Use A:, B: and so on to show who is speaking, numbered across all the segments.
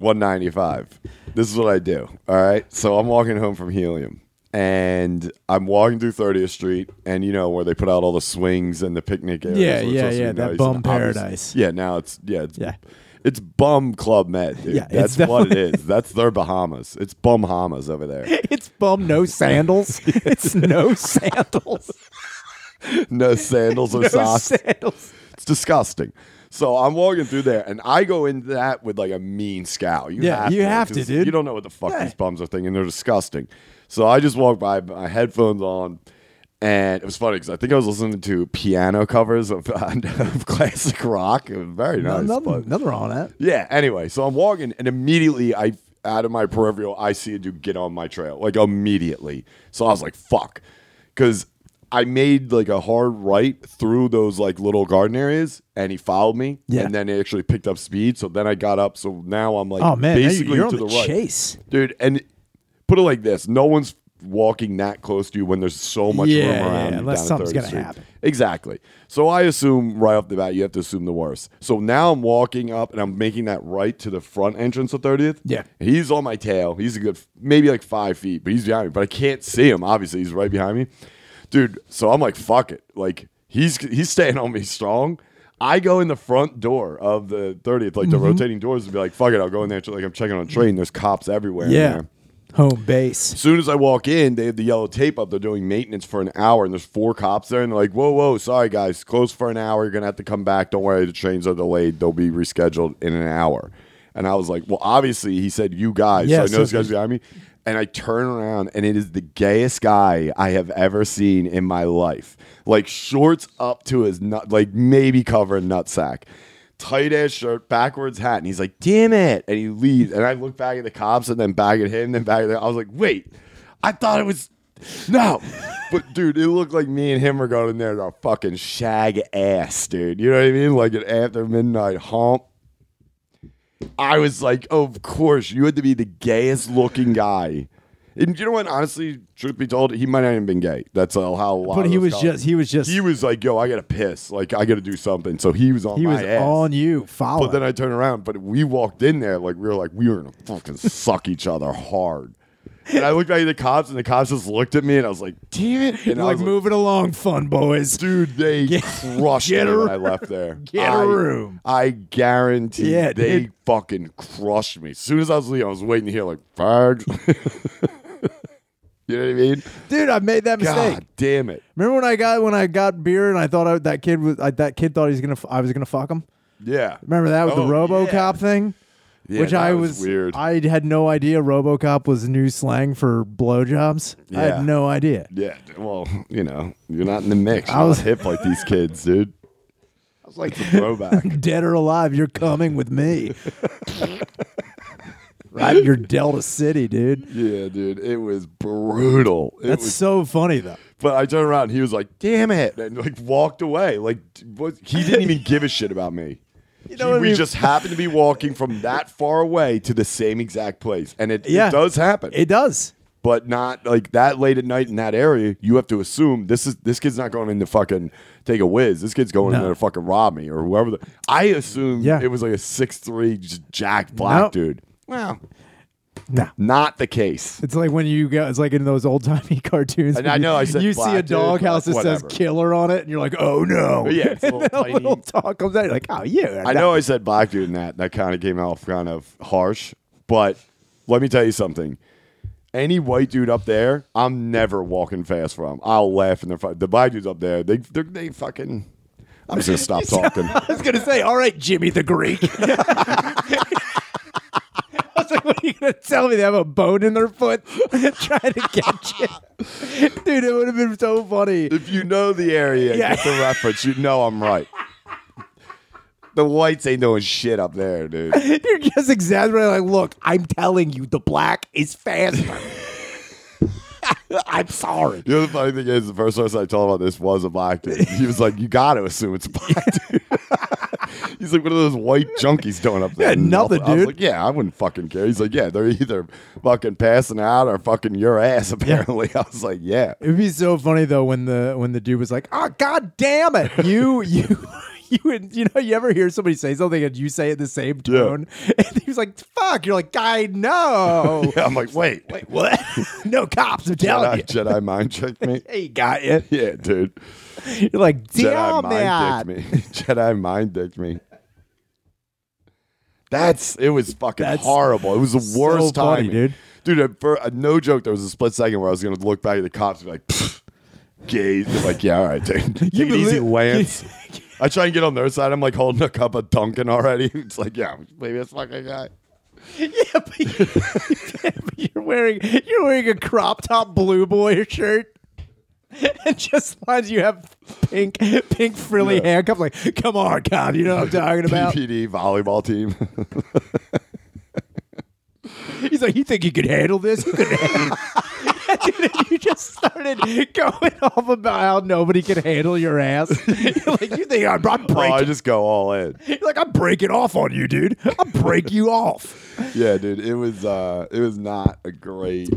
A: 195. This is what I do. All right. So I'm walking home from Helium and I'm walking through 30th Street and you know where they put out all the swings and the picnic areas.
B: Yeah,
A: where it's
B: yeah,
A: supposed to be
B: yeah, that
A: nice
B: bum
A: and obvious-
B: paradise.
A: Yeah. Now it's, yeah. It's,
B: Yeah.
A: It's bum Club Med, dude.
B: Yeah, it's
A: That's what it
B: definitely-
A: is. That's their Bahamas. It's bum Bahamas over there.
B: It's bum no sandals. it's no sandals.
A: No sandals or
B: no
A: socks.
B: sandals.
A: It's disgusting. So I'm walking through there, and I go into that with like a mean scowl. You
B: Yeah,
A: have
B: you
A: to,
B: have to,
A: 'cause
B: dude.
A: You don't know what the fuck
B: Yeah.
A: these bums are thinking. They're disgusting. So I just walked by, my headphones on, and it was funny because I think I was listening to piano covers of, of classic rock. It was very
B: No,
A: nice. but-
B: nothing, nothing wrong with that.
A: yeah. Anyway, so I'm walking, and immediately I out of my peripheral, I see a dude get on my trail, like immediately. So I was like, "Fuck," because I made like a hard right through those like little garden areas, and he followed me.
B: Yeah.
A: And then it actually picked up speed. So then I got up. So now I'm like,
B: Oh man, now you-
A: basically
B: you're on
A: to
B: the,
A: the right
B: chase.
A: dude. And put it like this: no one's walking that close to you when there's so much
B: Yeah,
A: room
B: yeah,
A: around. you
B: unless
A: down at
B: something's
A: 30th
B: gonna
A: Street.
B: happen.
A: Exactly. So I assume right off the bat, you have to assume the worst. So now I'm walking up and I'm making that right to the front entrance of 30th.
B: Yeah.
A: He's on my tail. He's a good, maybe like five feet, but he's behind me. But I can't see him. Obviously, he's right behind me. Dude, so I'm like, fuck it. Like, he's he's staying on me strong. I go in the front door of the 30th, like the
B: Mm-hmm.
A: rotating doors, and be like, fuck it, I'll go in there. Like, I'm checking on a train. There's cops everywhere. in
B: Yeah.
A: there.
B: Home base.
A: As soon as I walk in, they have the yellow tape up. They're doing maintenance for an hour, and there's four cops there, and they're like, "Whoa, whoa, sorry guys, closed for an hour. You're gonna have to come back. Don't worry, the trains are delayed. They'll be rescheduled in an hour." And I was like, "Well, obviously, he said you guys.
B: Yeah,
A: so I know
B: so
A: this guy's behind me." And I turn around, and it is the gayest guy I have ever seen in my life. Like shorts up to his nut, like maybe covering nutsack. Tight ass shirt, backwards hat, and he's like, "Damn it!" And he leaves. And I look back at the cops, and then back at him, then back at them. I was like, "Wait, I thought it was no. But dude, it looked like me and him were going in there to fucking shag ass, dude. You know what I mean? Like an after midnight hump. I was like, of course, you had to be the gayest looking guy. And you know what? Honestly, truth be told, he might not even been gay. That's all how. A lot
B: But
A: of
B: he
A: those
B: was
A: guys-
B: just he was just
A: He was like, yo, I gotta piss. Like I gotta do something. So he was on.
B: he
A: my
B: was
A: ass.
B: on you
A: But then
B: following.
A: I turned around, but we walked in there like we were like we were gonna fucking suck each other hard. And I looked back at the cops, and the cops just looked at me, and I was like, "Damn it!" And I
B: like
A: was
B: move it along, fun boys.
A: dude, they
B: Get-
A: crushed
B: get
A: me
B: a
A: when I
B: room.
A: left there.
B: Get a
A: I,
B: room.
A: I guarantee
B: Yeah,
A: they
B: dude.
A: fucking crushed me. As soon as I was leaving, I was waiting to hear like, "Fag." you know what I mean?
B: Dude, I made that mistake.
A: God damn it!
B: Remember when I got when I got beer and I thought I, that kid was I, that kid thought he was gonna f- I was gonna fuck him.
A: Yeah,
B: Remember that with the
A: Oh,
B: RoboCop
A: yeah.
B: thing,
A: Yeah,
B: which
A: that
B: I
A: was
B: was,
A: weird.
B: I had no idea RoboCop was new slang for blowjobs. I
A: Yeah.
B: had no idea.
A: Yeah, well, you know, you're not in the mix. You're
B: I
A: I
B: was-
A: was hip like these kids, dude. I was like the throwback.
B: Dead or alive, you're coming with me. right, you're Delta City, dude.
A: yeah, dude, it was brutal. It
B: That's
A: was,
B: so funny though.
A: but I turned around, and he was like, "Damn it!" and like walked away. Like what, he didn't even give a shit about me. You
B: know what I
A: we
B: mean?
A: just happened to be walking from that far away to the same exact place, and it,
B: Yeah.
A: it does happen.
B: It does.
A: but not like that late at night in that area. You have to assume this is this kid's not going in to fucking take a whiz. This kid's going in
B: No.
A: there to fucking rob me or whoever. The, I assume
B: Yeah.
A: it was like a six three jacked black
B: Nope.
A: dude. Well,
B: No.
A: not the case.
B: It's like when you go, it's like in those old timey cartoons.
A: And
B: when
A: I know
B: you,
A: I said
B: you
A: black,
B: see a
A: dude,
B: doghouse that
A: but
B: says
A: whatever.
B: killer on it, and you're like, oh no.
A: Yeah, it's a
B: And
A: little
B: then a
A: tiny-
B: little dog comes out, you're like, oh, you. are
A: I
B: not-
A: know I said black dude in that. That kind of came off kind of harsh, but let me tell you something. Any white dude up there, I'm never walking fast from. I'll laugh in their face. The black dudes up there, they they're, they fucking. I'm just gonna stop talking.
B: I was gonna say, all right, Jimmy the Greek. I was like, what are you gonna tell me? They have a bone in their foot trying to catch it, dude. It would have been so funny.
A: If you know the area, and
B: Yeah.
A: get the reference. You know I'm right. The whites ain't doing shit up there, dude.
B: You're just exaggerating. Like, look, I'm telling you, the black is faster. I'm sorry.
A: You know the funny thing is, the first person I told about this was a black dude. He was like, "You got to assume it's a black dude." He's like, "What are those white junkies doing up there?"
B: Yeah, nothing,
A: I was
B: dude.
A: like, "Yeah, I wouldn't fucking care." He's like, "Yeah, they're either fucking passing out or fucking your ass." Apparently, I was like, "Yeah."
B: "Ah, It'd be so funny though when the when the dude was like, "Oh God damn it, you you you would, you know, you ever hear somebody say something and you say it the same
A: Yeah.
B: tone? And he was like, fuck. You're like, guy, no.
A: Yeah, I'm like, wait,
B: Wait, what? no cops, I'm telling
A: Jedi,
B: you.
A: Jedi mind tricked me.
B: He got you.
A: Yeah, dude.
B: You're like,
A: Jedi mind dicked
B: damn man.
A: me. Jedi mind dicked me. That's it was fucking
B: That's
A: horrible. It was the
B: so
A: worst
B: funny,
A: time,
B: dude.
A: Dude, at fir- uh, no joke. There was a split second where I was gonna look back at the cops and be like, "Pfft, "Gay." They're like, yeah, all right, dude. Take it easy,
B: believe-
A: Lance. I try and get on their side. I'm like holding a cup of Dunkin' already. It's like, yeah, maybe that's fucking guy.
B: Yeah, but you- you're wearing you're wearing a crop top blue boy shirt. And just lines you have pink pink frilly handcuffs. Like, come on, cop, you know what I'm talking about.
A: PPD volleyball team.
B: He's like, you think you could handle this? You could handle Dude, and you just started going off about how nobody can handle your ass. You're like, you think I'm, I'm
A: oh, I
B: breaking?
A: just go all in.
B: You're like, I'm breaking off on you, dude. I'll break you off.
A: Yeah, dude. It was uh, it was not a great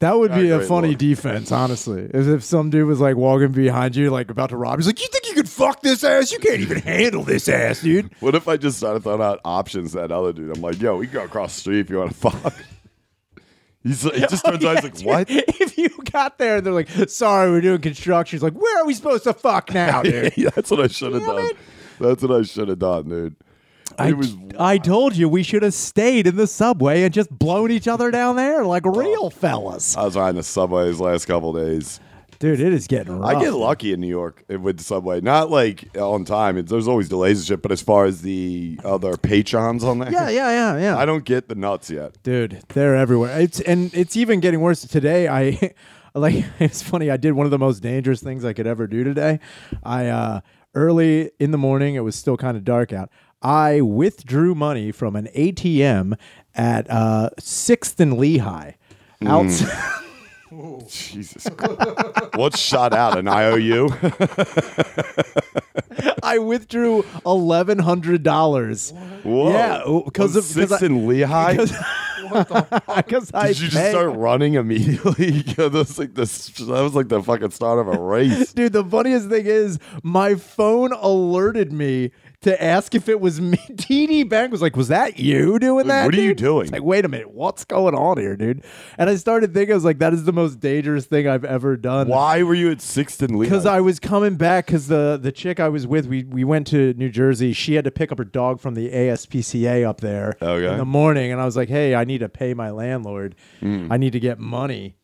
B: That would be
A: Not
B: a
A: great
B: funny
A: look.
B: defense, honestly. As if some dude was like walking behind you, like about to rob. He's like, "You think you could fuck this ass? You can't even handle this ass, dude."
A: What if I just started throwing out options to that other dude? I'm like, yo, we can go across the street if you want to fuck. He's like, he just turns out he's like, what?
B: If you got there, they're like, "Sorry, we're doing construction." He's like, "Where are we supposed to fuck now, dude?"
A: Yeah, that's what I should have
B: Damn
A: done.
B: it.
A: That's what I should have done, dude.
B: I,
A: it was
B: I told you we should have stayed in the subway and just blown each other down there like
A: Oh.
B: real fellas,
A: I was riding the subway these last couple days.
B: dude. It is getting rough.
A: I get lucky in New York eh, with the subway. Not like on time. It's, there's always delays and shit, but as far as the other patrons on there,
B: Yeah, yeah, yeah, yeah.
A: I don't get the nuts yet.
B: dude they're everywhere it's and it's even getting worse today i like it's funny i did one of the most dangerous things i could ever do today i uh early in the morning it was still kind of dark out i withdrew money from an atm at uh sixth and lehigh
A: Hmm.
B: outside
A: Jesus Christ. What's shot out? An IOU?
B: i withdrew eleven hundred dollars
A: Whoa.
B: Yeah, oh,
A: One
B: 'cause of- 'cause
A: sixth
B: I-
A: in Lehigh?
B: because i
A: Did you just
B: paid-
A: start running immediately? Yeah, that was like the that was like the fucking start of a race.
B: Dude, the funniest thing is my phone alerted me to ask if it was me. TD Bank was like, "Was that you doing that?
A: what are you
B: dude?"
A: doing?
B: It's like, wait a minute, what's going on here, dude? And I started thinking, I was like, that is the most dangerous thing I've ever done.
A: Why were you at sixth and Lehigh?
B: Because I was coming back, because the the chick I was with, we we went to New Jersey. She had to pick up her dog from the ASPCA up there
A: Okay.
B: in the morning, and I was like, "Hey, I need to pay my landlord. I need to get money."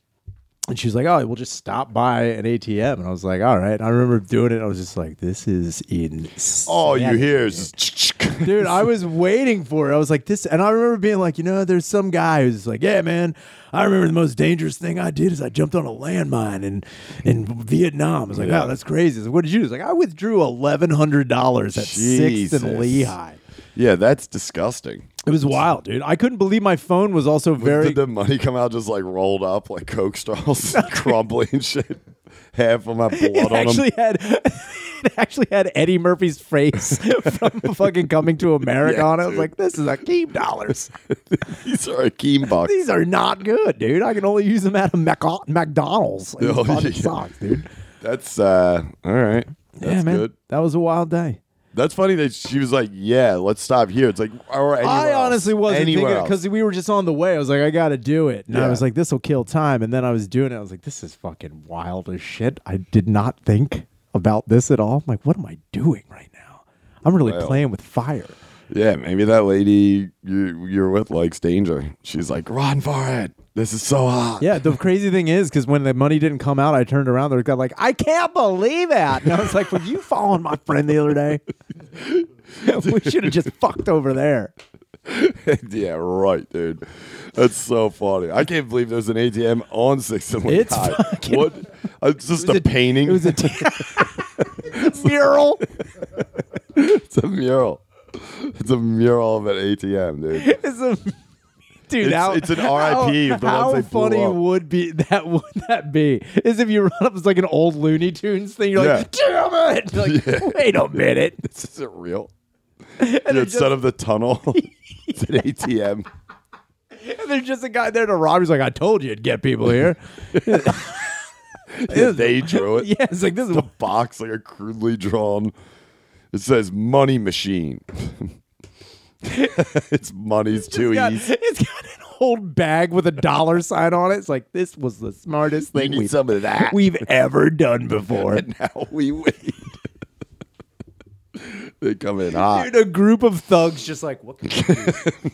B: And she's like, "Oh, we'll just stop by an ATM." And I was like, "All right." And I remember doing it. I was just like, "This is insane."
A: all Oh, you hear is just
B: dude i was waiting for it i was like this and i remember being like you know there's some guy who's like yeah man i remember the most dangerous thing i did is i jumped on a landmine in in vietnam i was like
A: Yeah.
B: wow that's crazy I said, what did you do He's like i withdrew $1100 at sixth
A: Jesus.
B: and lehigh
A: yeah, that's disgusting.
B: it was wild dude i couldn't believe my phone was also very
A: Did the money come out just like rolled up like Coke straws, crumbling and shit? Half of my blood on them.
B: it actually had it actually had Eddie Murphy's face from fucking coming to America
A: Yeah,
B: on it. I was
A: dude.
B: like, this is a keep dollars.
A: These are Akeem bucks.
B: These are not good, dude. I can only use them at a Mac- McDonald's. It
A: Oh,
B: fucking
A: yeah.
B: sucks, dude.
A: That's uh, all right. That's
B: yeah, man.
A: good.
B: That was a wild day.
A: That's funny that she was like, "Yeah, let's stop here." It's like, or anywhere
B: I honestly
A: else.
B: wasn't
A: anywhere
B: thinking
A: else.
B: because we were just on the way. I was like, I got to do it. And I
A: Yeah.
B: was like, this will kill time. And then I was doing it. I was like, this is fucking wild as shit. I did not think about this at all. I'm like, what am I doing right now? I'm really playing with fire.
A: Yeah, maybe that lady you, you're with likes danger. She's like, run for it. This is so hot.
B: Yeah, the crazy thing is, because when the money didn't come out, I turned around. They got like, I can't believe it. And I was like, Were you following my friend the other day? we should have just fucked over there.
A: yeah, right, dude. That's so funny. I can't believe there's an ATM on Sixth and Lehigh.
B: It's fucking-
A: what? It's just a, painting.
B: It was a t- mural.
A: it's a mural. It's a mural of an ATM, dude.
B: It's a dude.
A: It's-
B: how-
A: it's an RIP
B: How,
A: of the ones
B: how
A: they blew
B: funny
A: up.
B: would be that? Would that be? Is if you run up it's like an old Looney Tunes thing? You're like, damn it! You're like, wait a minute.
A: This is it real. Dude, instead of the tunnel, it's an ATM.
B: And there's just a guy there to rob. He's like, I told you it'd get people here.
A: Yeah, they drew it.
B: yeah, it's like this is
A: The box, like a crudely drawn It says money machine. it's money's two
B: got-
A: e's.
B: it's got an old bag with a dollar sign on it. It's like this was the smartest
A: We
B: thing
A: need
B: we've,
A: some of that.
B: we've ever done before.
A: and now we wait. they come in hot.
B: Dude, a group of thugs just like what? can-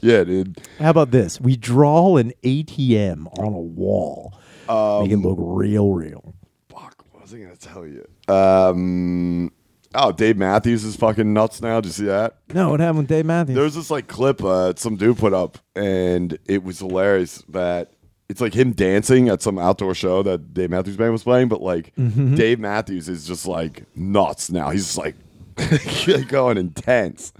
A: Yeah, dude.
B: How about this? We draw an ATM on a wall,
A: Um,
B: make it look real, real.
A: Fuck, what was I gonna tell you? Um, oh, Dave Matthews is fucking nuts now. Did you see that?
B: No, what happened with Dave Matthews?
A: There's this like clip uh, some dude put up, and it was hilarious. That it's like him dancing at some outdoor show that Dave Matthews Band was playing, but like
B: Mm-hmm.
A: Dave Matthews is just like nuts now. He's just like going intense.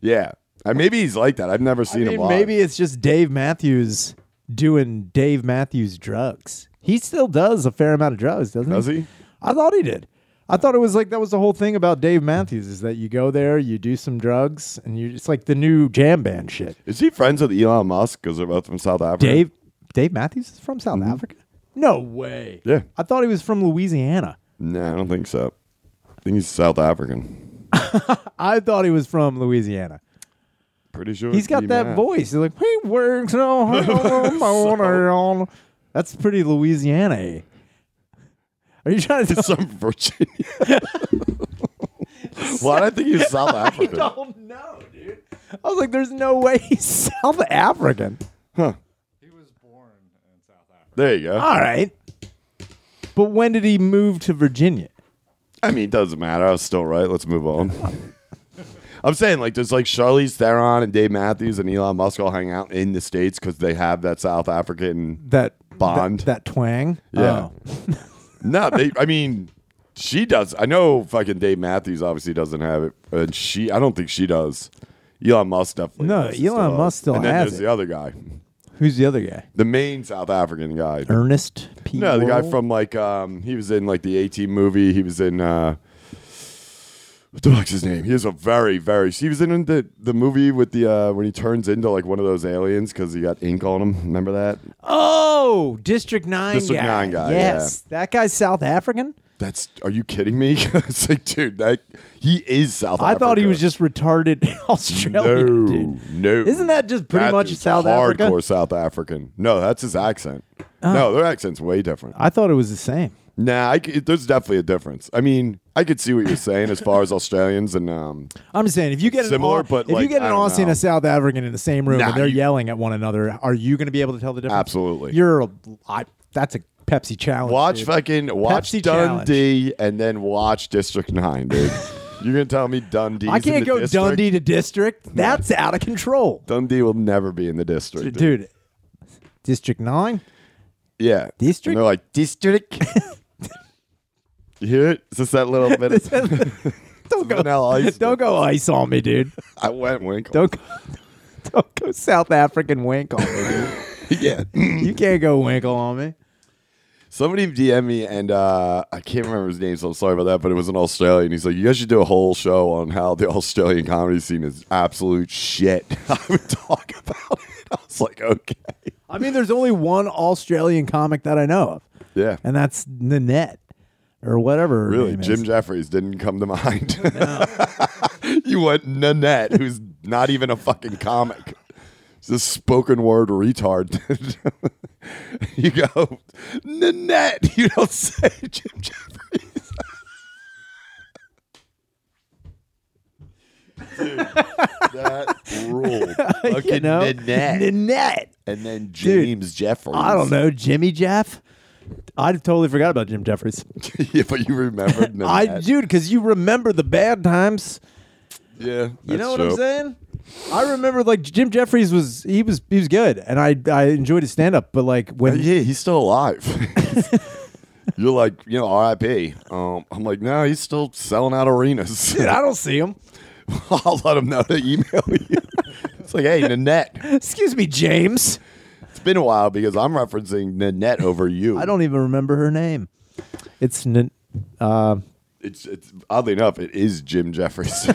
A: Yeah, and maybe he's like that. I've never seen
B: I mean,
A: him. Live.
B: maybe it's just Dave Matthews doing Dave Matthews drugs. He still does a fair amount of drugs, doesn't
A: Does
B: he?
A: he?
B: I thought he did. I thought it was like that was the whole thing about Dave Matthews is that you go there, you do some drugs, and you it's like the new jam band shit.
A: is he friends with Elon Musk because they're both from South Africa?
B: Dave Dave Matthews is from South Africa? No way.
A: Mm-hmm. Yeah.
B: I thought he was from Louisiana.
A: No, I don't think so. I think he's South African.
B: I thought he was from Louisiana.
A: Pretty sure
B: He's got
A: He
B: that
A: mad.
B: voice. He's like, he works on That's pretty Louisiana. Are you trying to tell
A: Some Virginia. Why do I think he's South
B: I
A: African?
B: don't know, dude. I was like, there's no way he's South African.
C: He was born in South Africa.
A: There you go.
B: All right. But when did he move to Virginia?
A: I mean, it doesn't matter. I was still right. Let's move on. I'm saying, like, there's like Charlize Theron and Dave Matthews and Elon Musk all hang out in the States because they have that South African.
B: That
A: Bond.
B: That, that twang.
A: Yeah.
B: Oh.
A: no, they, I mean, she does. I know fucking Dave Matthews obviously doesn't have it, and she, I don't think she does. Elon Musk definitely.
B: No,
A: does.
B: Elon
A: does.
B: Musk still
A: And then
B: has
A: there's
B: it.
A: the other guy,
B: Who's the other guy?
A: the main South African guy.
B: Ernest P.
A: No, the guy
B: Worrell?
A: from like um, he was in like the A Team movie. He was in uh, what the fuck's his name? He was a very very. He was in the the movie with the uh, when he turns into like one of those aliens because he got ink on him. Remember that?
B: Oh, District Nine.
A: District
B: guy.
A: Nine guy,
B: Yes, that guy's South African.
A: That's are you kidding me? it's like dude, that he is South.
B: I thought he
A: Africa.
B: was just retarded Australian.
A: no,
B: dude.
A: no.
B: Isn't that just pretty
A: That
B: much
A: dude's
B: South Africa? Oh.
A: Hardcore South African. No, that's his accent. No, their accent's way different.
B: I thought it was the same.
A: Nah, I c there's definitely a difference. I mean, I could see what you're saying as far as Australians and um,
B: I'm just saying, if you get
A: Similar,
B: an, Au-
A: but,
B: if you
A: like,
B: get
A: I
B: an
A: don't
B: Aussie and
A: know.
B: a South African in the same room
A: Nah,
B: and they're
A: you-
B: yelling at one another, are you going to be able to tell the difference?
A: Absolutely.
B: You're a, I, that's a Pepsi challenge.
A: Watch
B: dude.
A: fucking watch
B: Pepsi challenge.
A: Dundee and then watch District Nine, dude. You're gonna tell me Dundee?
B: I can't go
A: district?
B: Dundee to district. That's out of control,
A: Dundee will never be in the district, dude.
B: dude. District nine.
A: Yeah,
B: District?
A: And they're like district. you hear it? It's just that little bit. Of,
B: Don't go.
A: Vanilla ice.
B: Don't go ice on me, dude.
A: I went Winkle.
B: Don't go, don't go South African winkle on me,
A: yeah.
B: dude. You can't go winkle on me.
A: Somebody DM me and uh, I can't remember his name, so I'm sorry about that. But it was an Australian. He's like, "You guys should do a whole show on how the Australian comedy scene is absolute shit." I would talk about it. I was like, "Okay,
B: I mean, there's only one Australian comic that I know of,
A: yeah."
B: and that's Nanette or whatever. her
A: Really,
B: name is.
A: Jim Jeffries didn't come to mind. you went Nanette, who's not even a fucking comic. It's a spoken word retard. you go Nanette. You don't say Jim Jeffries. Dude, that ruled. Fucking
B: you know,
A: Nanette.
B: Nanette.
A: and then James Jeffries.
B: I don't know, Jimmy Jeff. I totally forgot about Jim Jeffries.
A: yeah, but you remembered Nanette.
B: I, dude, because you remember the bad times.
A: yeah,
B: You know what I'm saying? I remember like Jim Jeffries was he was he was good, and I I enjoyed his stand up. But like
A: Uh,
B: when
A: yeah, he's still alive. You're like, you know, RIP. Um, I'm like, no, he's still selling out arenas.
B: Dude, I don't see him.
A: I'll let him know to email you. it's like, hey, Nanette.
B: Excuse me, James.
A: It's been a while because I'm referencing Nanette over you.
B: I don't even remember her name. It's Nan- uh,
A: It's, it's oddly enough, it is Jim Jeffries.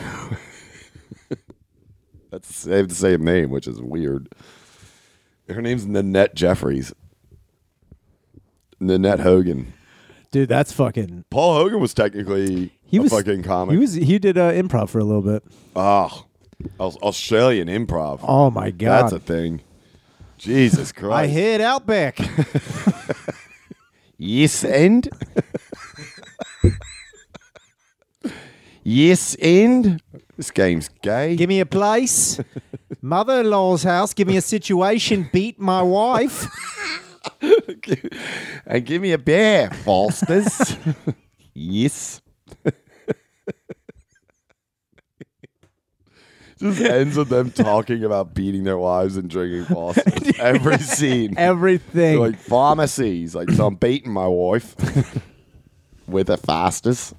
A: That's they have the same name, which is weird. Her name's Nanette Jeffries. Nanette Hogan.
B: dude, that's fucking.
A: Paul Hogan was technically
B: He
A: a
B: was
A: fucking comic.
B: He was he did uh, improv for a little bit.
A: oh, Aus- Australian improv.
B: Oh my god,
A: That's a thing. Jesus
B: I
A: Christ.
B: hit Outback.
A: Yes and. yes and. This game's gay.
B: give me a place. Mother-in-law's house. Give me a situation. Beat my wife.
A: and give me a beer, Foster's. yes. Just ends with them talking about beating their wives and drinking Foster's. Every scene.
B: Everything.
A: They're like pharmacies. Like, so I'm beating my wife with a Foster's.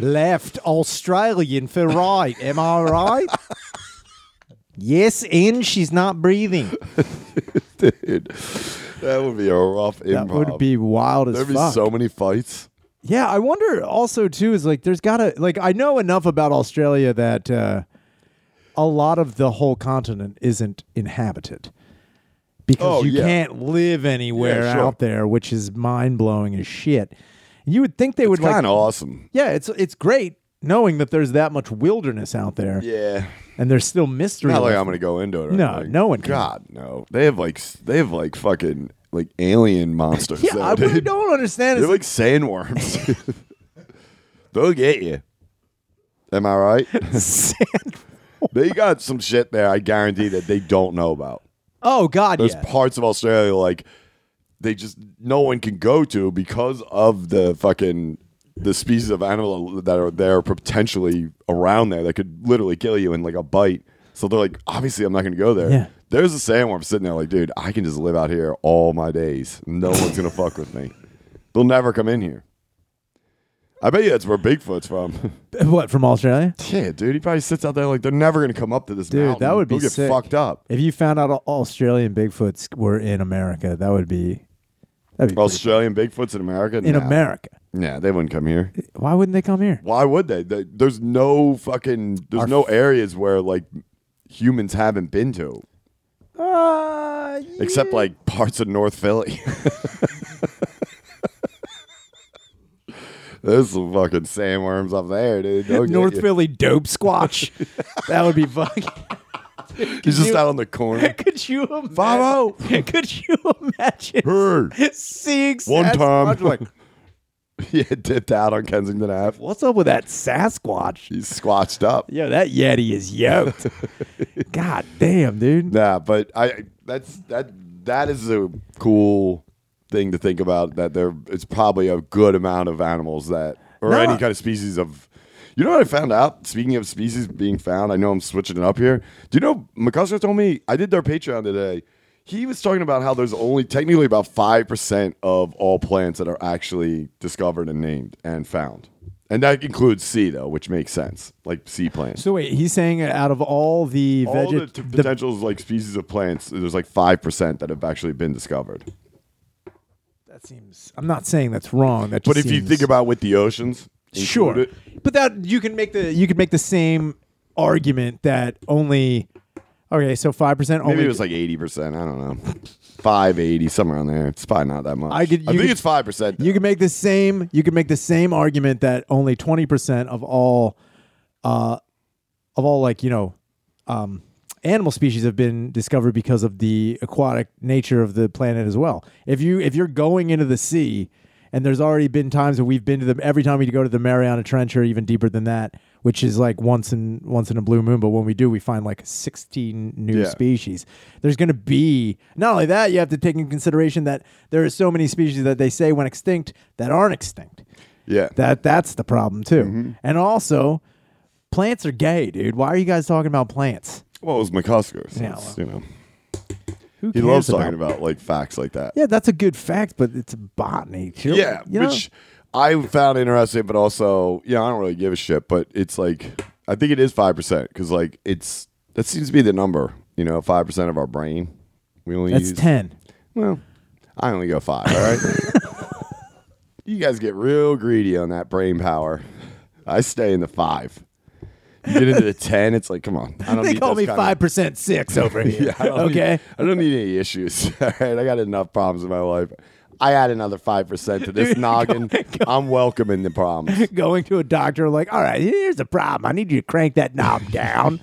B: left Australian for right. Am I right? yes, and she's not breathing.
A: Dude, that would be a rough improv.
B: That would be wild as
A: There'd be
B: fuck.
A: so many fights.
B: yeah, I wonder also too is like there's gotta like I know enough about Australia that uh, a lot of the whole continent isn't inhabited. Because
A: Oh,
B: you
A: yeah.
B: can't live anywhere
A: Yeah, sure.
B: out there, which is mind blowing as shit. You would think they would
A: It's kind
B: like
A: of awesome.
B: Yeah, it's it's great knowing that there's that much wilderness out there
A: Yeah.
B: and there's still mystery.
A: Not like
B: left.
A: I'm gonna go into it. Or
B: No,
A: anything.
B: no one can.
A: God, no. They have like s- they have like fucking like alien monsters.
B: Yeah,
A: there,
B: I really
A: dude.
B: don't understand.
A: They're
B: It's
A: like sandworms. They'll get you. Am I right?
B: sand.
A: they got some shit there. I guarantee that they don't know about.
B: Oh God,
A: There's
B: yeah.
A: parts of Australia like they just no one can go to because of the fucking the species of animal that are there potentially around there that could literally kill you in like a bite. So they're like, obviously, I'm not going to go there.
B: Yeah.
A: There's a sandworm sitting there, like, dude, I can just live out here all my days. No one's going to fuck with me. They'll never come in here. I bet you that's where Bigfoot's from.
B: What from Australia?
A: yeah, dude, he probably sits out there like they're never going to come up to this
B: Dude,
A: mountain.
B: that would be
A: They'll get
B: sick.
A: fucked up.
B: If you found out all Australian Bigfoots were in America, that would be that'd be pretty-
A: Australian Bigfoots in America?
B: in
A: Nah.
B: America.
A: Yeah, they wouldn't come here.
B: Why wouldn't they come here?
A: Why would they? they there's no fucking. There's
B: Our-
A: no areas where like humans haven't been to,
B: Uh,
A: except like parts of North Philly. there's some fucking sandworms up there, dude. They'll get
B: North
A: you.
B: Philly dope squatch. that would be fucking.
A: He's just
B: you-
A: out on the corner.
B: Could you imagine?
A: Bravo.
B: Could you imagine
A: Hey.
B: seeing
A: One
B: Sasquatch
A: time.
B: like,
A: yeah, dipped out on Kensington Ave.
B: what's up with that Sasquatch?
A: He's squatched up.
B: Yo, that Yeti is yoked. God damn, dude.
A: Nah, but I that's that that is a cool thing to think about that there it's probably a good amount of animals that or
B: No.
A: any kind of species of you know what I found out? Speaking of species being found, I know I'm switching it up here. Do you know McCusker told me I did their Patreon today. He was talking about how there's only technically about five percent of all plants that are actually discovered and named and found. And that includes sea though, which makes sense. Like sea plants.
B: So wait, he's saying out of all the
A: All the
B: veget-
A: t-
B: the-
A: potentials like species of plants, there's like five percent that have actually been discovered.
B: that seems. I'm not saying that's wrong. That
A: But
B: just
A: if you
B: seems-
A: think about with the oceans, include
B: sure,
A: it.
B: but that you can make the you can make the same argument that only. Okay, so five percent only.
A: maybe it was like eighty percent. I don't know, five eighty somewhere on there. It's probably not that much.
B: I could- you
A: I think
B: could-
A: it's five percent.
B: you can make the same. You can make the same argument that only twenty percent of all, uh, of all like you know, um, animal species have been discovered because of the aquatic nature of the planet as well. If you if you're going into the sea, and there's already been times that we've been to them. Every time we go to the Mariana Trench or even deeper than that, which is like once in once in a blue moon. But when we do, we find like sixteen new
A: Yeah.
B: species species. There's going to be not only that, you have to take in consideration that there are so many species that they say went extinct that aren't extinct.
A: Yeah,
B: That that's the problem too. And also, plants are gay, dude. Why are you guys talking about plants?
A: well, it was McCusker. So
B: Yeah,
A: it's, you know,
B: Who
A: he
B: cares
A: loves
B: about?
A: talking about like facts like that.
B: Yeah, that's a good fact, but it's botany. too.
A: Yeah,
B: You know?
A: which I found interesting, but also, yeah, I don't really give a shit. But it's like, I think it is five percent because, like, it's that seems to be the number. You know, five percent of our brain. We only
B: that's
A: use,
B: ten.
A: Well, I only go five. All right. you guys get real greedy on that brain power. I stay in the five. You get into the ten, it's like, come on. I don't
B: They
A: need
B: call
A: those
B: me
A: kind of-
B: five percent six over here.
A: I don't need-
B: okay,
A: I don't need any issues. All right. I got enough problems in my life. I add another five percent to this
B: Dude,
A: noggin.
B: go- go-
A: I'm welcoming the problems.
B: Going to a doctor, like, all right, here's the problem. I need you to crank that knob down.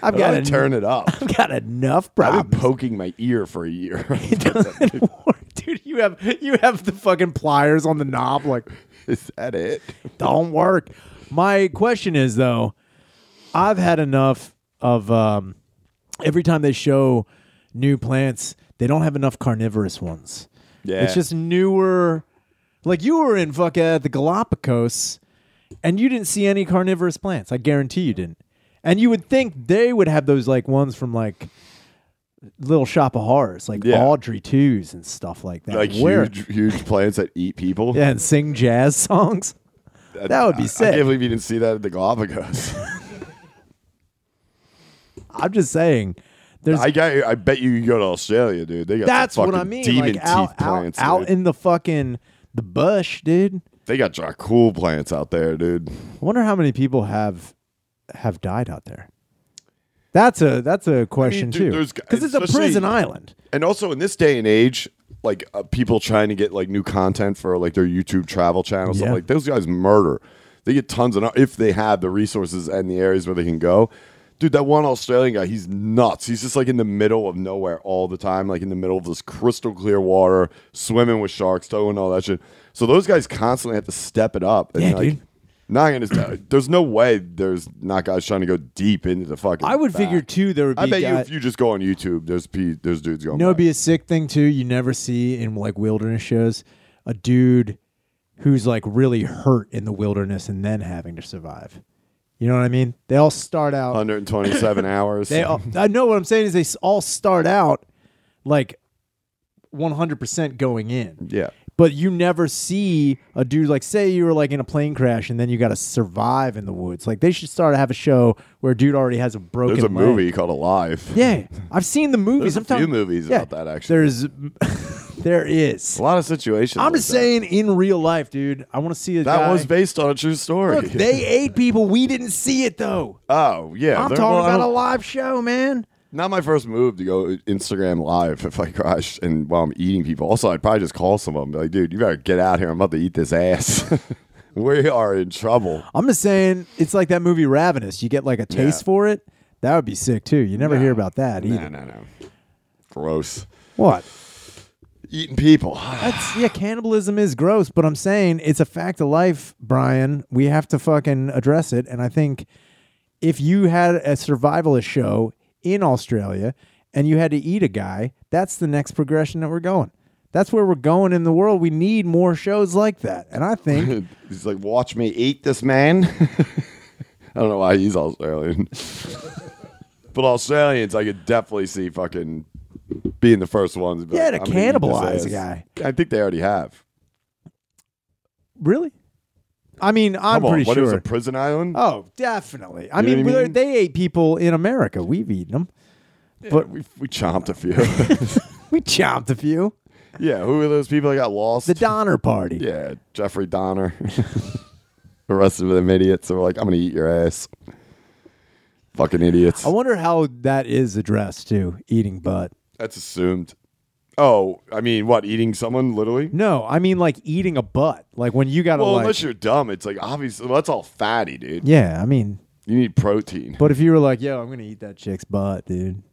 B: I've
A: I
B: got
A: gotta
B: to
A: turn it up.
B: I've got enough
A: I've
B: problems.
A: been poking my ear for a year.
B: Dude, you have you have the fucking pliers on the knob, like
A: Is that it?
B: don't work. My question is though, I've had enough of um, every time they show new plants, they don't have enough carnivorous ones.
A: Yeah.
B: It's just newer. Like you were in fuck at the Galapagos, and you didn't see any carnivorous plants. I guarantee you didn't. And you would think they would have those like ones from like Little Shop of Horrors, like
A: Yeah.
B: Audrey Twos and stuff like that.
A: Like
B: Where-
A: huge, huge plants that eat people.
B: yeah, and sing jazz songs. That would
A: I-
B: be sick.
A: I can't believe you didn't see that at the Galapagos.
B: I'm just saying. There's
A: I got. I bet you, you go to Australia, dude. They got some
B: that's what I
A: fucking
B: mean.
A: Demon
B: Like out,
A: teeth
B: out-
A: plants.
B: out,
A: dude.
B: in the fucking the bush, dude.
A: they got cool plants out there, dude.
B: I wonder how many people have have died out there. That's a that's a question
A: dude,
B: too.
A: there's-
B: Because it's a
A: especially-
B: prison island.
A: And also in this day and age, like uh, people trying to get like new content for like their YouTube travel channels, stuff
B: Yeah.
A: like those guys murder. They get tons of if they have the resources and the areas where they can go. Dude, that one Australian guy, he's nuts. He's just like in the middle of nowhere all the time, like in the middle of this crystal clear water, swimming with sharks, doing all that shit. So those guys constantly have to step it up. And
B: Yeah,
A: like,
B: dude.
A: Not gonna. There's no way. There's not guys trying to go deep into the fucking.
B: I would
A: back.
B: figure too there would be
A: I bet you
B: guy-
A: if you just go on YouTube, there's pe- there's dudes going.
B: You know,
A: by.
B: it'd be a sick thing too. You never see in like wilderness shows a dude who's like really hurt in the wilderness and then having to survive. You know what I mean? They all start out
A: 127 hours.
B: They all, I know what I'm saying is they s- all start out like 100% going in.
A: yeah.
B: But you never see a dude like say you were like in a plane crash and then you got to survive in the woods. Like they should start to have a show where a dude already has a broken
A: There's a
B: leg.
A: movie called Alive.
B: Yeah. I've seen the movies.
A: There's a
B: I'm
A: few
B: talking-
A: movies
B: yeah,
A: about that actually.
B: There's there is.
A: a lot of situations.
B: I'm
A: like
B: just
A: that.
B: saying in real life, dude. I want to see a
A: that
B: guy-
A: was based on a true story.
B: Look, they ate people. We didn't see it though.
A: oh yeah,
B: I'm
A: they're-
B: talking
A: well, I
B: about a
A: don't-
B: live show, man.
A: Not my first move to go Instagram live if I crash and while I'm eating people. Also, I'd probably just call some of them. Be like, dude, you better get out here. I'm about to eat this ass. we are in trouble.
B: I'm just saying it's like that movie Ravenous. You get like a taste
A: Yeah.
B: for it. That would be sick too. You never hear about that either.
A: No, no, no. Gross.
B: What?
A: Eating people.
B: That's yeah, cannibalism is gross, but I'm saying it's a fact of life, Brian. We have to fucking address it. And I think if you had a survivalist show in Australia and you had to eat a guy, that's the next progression that we're going. That's where we're going in the world. We need more shows like that. And I think
A: He's like, watch me eat this man. I don't know why he's Australian. but Australians, I could definitely see fucking being the first ones. to be like,
B: Yeah, to
A: "I'm gonna eat
B: cannibalize
A: this
B: a
A: ass."
B: guy.
A: I think they already have.
B: really? I mean, I'm
A: Come on,
B: pretty
A: what
B: sure
A: it was a prison island?
B: Oh, definitely. I
A: You know
B: mean,
A: what I
B: we're-
A: mean?
B: they ate people in America. We've eaten them. But
A: we, we chomped a few.
B: we chomped a few.
A: yeah, who were those people that got lost?
B: The Donner Party.
A: yeah, Jeffrey Donner. the rest of them idiots are like, I'm gonna eat your ass. Fucking idiots.
B: I wonder how that is addressed to eating butt.
A: That's assumed. Oh, I mean, what? Eating someone literally?
B: No, I mean like eating a butt. Like when you gotta
A: Well,
B: like.
A: unless you're dumb, it's like obviously well, that's all fatty, dude.
B: yeah, I mean,
A: You need protein.
B: but if you were like, "Yo, I'm gonna eat that chick's butt, dude."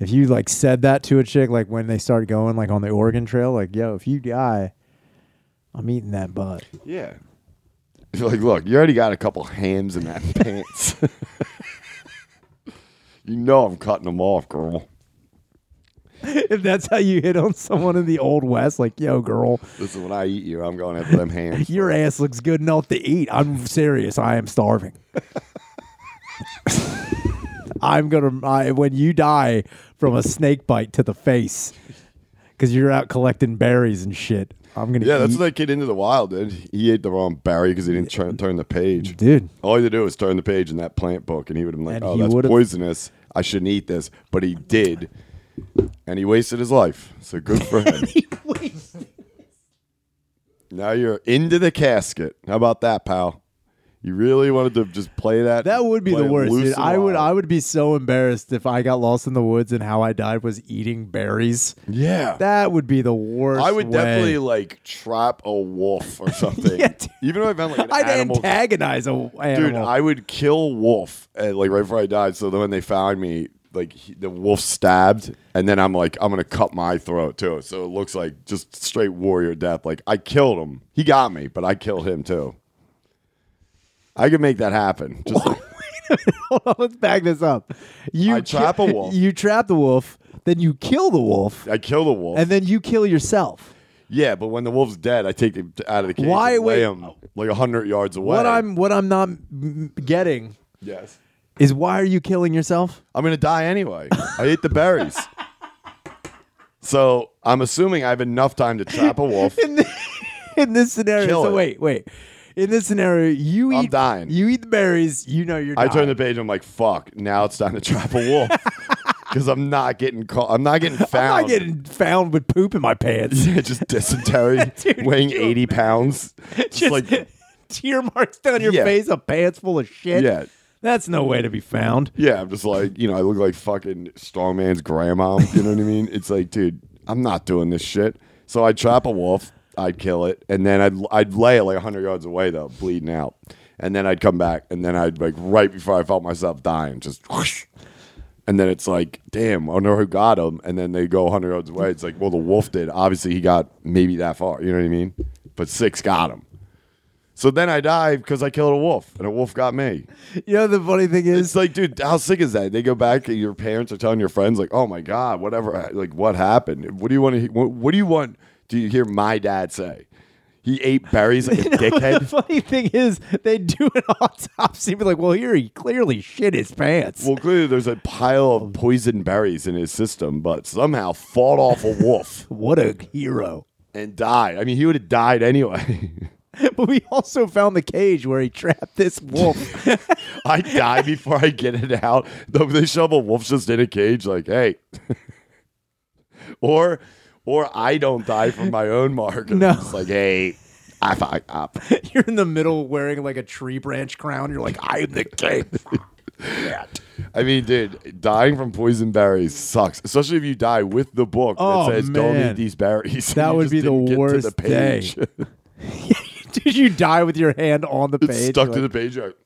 B: If you like said that to a chick, like when they start going like on the Oregon Trail, like, "Yo, if you die, I'm eating that butt."
A: Yeah. You're like, look, you already got a couple hams in that pants. you know I'm cutting them off, girl.
B: if that's how you hit on someone in the old west, like, "Yo, girl,
A: Listen, when I eat you, I'm going after them hams.
B: Your ass looks good enough to eat. I'm serious. I am starving. I'm gonna I, when you die from a snake bite to the face, because you're out collecting berries and shit. I'm gonna
A: Yeah,
B: eat.
A: that's what that kid into the wild did. He ate the wrong berry because he didn't turn, turn the page.
B: dude.
A: All he had to do was turn the page in that plant book, and he would have been like,
B: And
A: "Oh,
B: he
A: that's
B: would've-
A: poisonous. I shouldn't eat this," but he did, and he wasted his life. So good for him. Now you're into the casket. How about that, pal? You really wanted to just play that.
B: That would be
A: play
B: the
A: it
B: worst.
A: loose
B: dude.
A: and
B: I would I
A: wild.
B: would be so embarrassed if I got lost in the woods and how I died was eating berries.
A: Yeah.
B: That would be the worst.
A: I would
B: way.
A: definitely like trap a wolf or something.
B: Yeah, dude.
A: Even if I found like an
B: I'd
A: animal.
B: antagonize a w-
A: Dude,
B: animal.
A: I would kill wolf and like right before I died. So then when they found me, like he, the wolf stabbed, and then I'm like, I'm gonna cut my throat too. So it looks like just straight warrior death. Like I killed him. He got me, but I killed him too. I could make that happen. Just like,
B: Hold on, let's back this up. You
A: I trap a
B: ki-
A: wolf.
B: You trap the wolf, then you kill the wolf,
A: I kill the wolf.
B: and then you kill yourself.
A: yeah, but when the wolf's dead, I take him t- out of the cage.
B: Why
A: and lay
B: wait-
A: him like hundred yards away?
B: What I'm what I'm not m- getting
A: yes.
B: is why are you killing yourself?
A: I'm gonna die anyway. I ate the berries. So I'm assuming I have enough time to trap a wolf.
B: in, thi- in this scenario.
A: Kill
B: so
A: it.
B: wait, wait. In this scenario, you
A: I'm
B: eat
A: dying.
B: you eat the berries, you know you're
A: I
B: dying.
A: turn the page. I'm like, fuck. Now it's time to trap a wolf because I'm not getting caught. I'm not getting found.
B: I'm not getting found with poop in my pants.
A: Yeah, just dysentery,
B: Dude,
A: weighing
B: you
A: 80 pounds. Just,
B: Just
A: like,
B: tear marks down your
A: Yeah.
B: face, a pants full of shit.
A: Yeah.
B: That's no way to be found.
A: yeah, I'm just like, you know, I look like fucking Strongman's grandma. You know what I mean? It's like, dude, I'm not doing this shit. So I trap a wolf, I'd kill it, and then I'd I'd lay it like 100 yards away though, bleeding out, and then I'd come back, and then I'd like right before I felt myself dying, just. Whoosh, and then it's like, damn, I wonder who got him. And then they go 100 yards away. It's like, well, the wolf did. Obviously, he got maybe that far. You know what I mean? But six got him. So then I die because I killed a wolf, and a wolf got me.
B: You know the funny thing
A: It's
B: is
A: like, dude, how sick is that? They go back, and your parents are telling your friends, like, "Oh my god, whatever, like, what happened? What do you want to? he- What, what do you want? Do you hear my dad say? He ate berries like a
B: the
A: dickhead.
B: funny thing is they do an autopsy be like, well here he clearly shit his pants.
A: Well, clearly there's a pile of poisoned berries in his system, but somehow fought off a wolf
B: what a hero.
A: and died. I mean, he would have died anyway.
B: But we also found the cage where he trapped this wolf.
A: I die before I get it out. The, they shove a wolf just in a cage, like, hey. or or I don't die from my own mark.
B: No.
A: It's like, hey, I fuck up.
B: You're in the middle wearing like a tree branch crown. You're like, I'm the king.
A: I mean, dude, dying from poison berries sucks, especially if you die with the book
B: Oh,
A: that says "Don't
B: man.
A: eat these berries."
B: That
A: You
B: would
A: just
B: be the
A: didn't get to
B: worst
A: page.
B: Did you die with your hand on the page?
A: Stuck
B: You're
A: to
B: like,
A: the page. you're Like,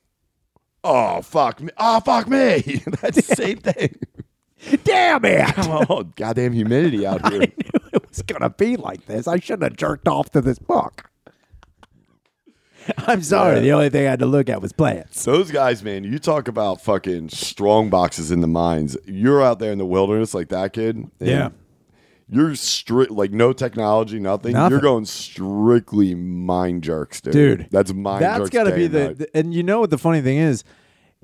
A: oh fuck me! Oh fuck me! That's the same thing.
B: Damn it!
A: Oh goddamn humidity out here.
B: I knew it was gonna be like this. I shouldn't have jerked off to this book. I'm sorry.
A: Yeah.
B: The only thing I had to look at was plants.
A: Those guys, man, you talk about fucking strong boxes in the mines. You're out there in the wilderness like that kid. and
B: Yeah.
A: You're strict, like no technology, nothing.
B: Nothing.
A: You're going strictly mind jerks, dude.
B: Dude,
A: that's mind
B: That's
A: jerks.
B: gotta
A: day
B: be
A: and
B: the,
A: night.
B: the. And you know what the funny thing is?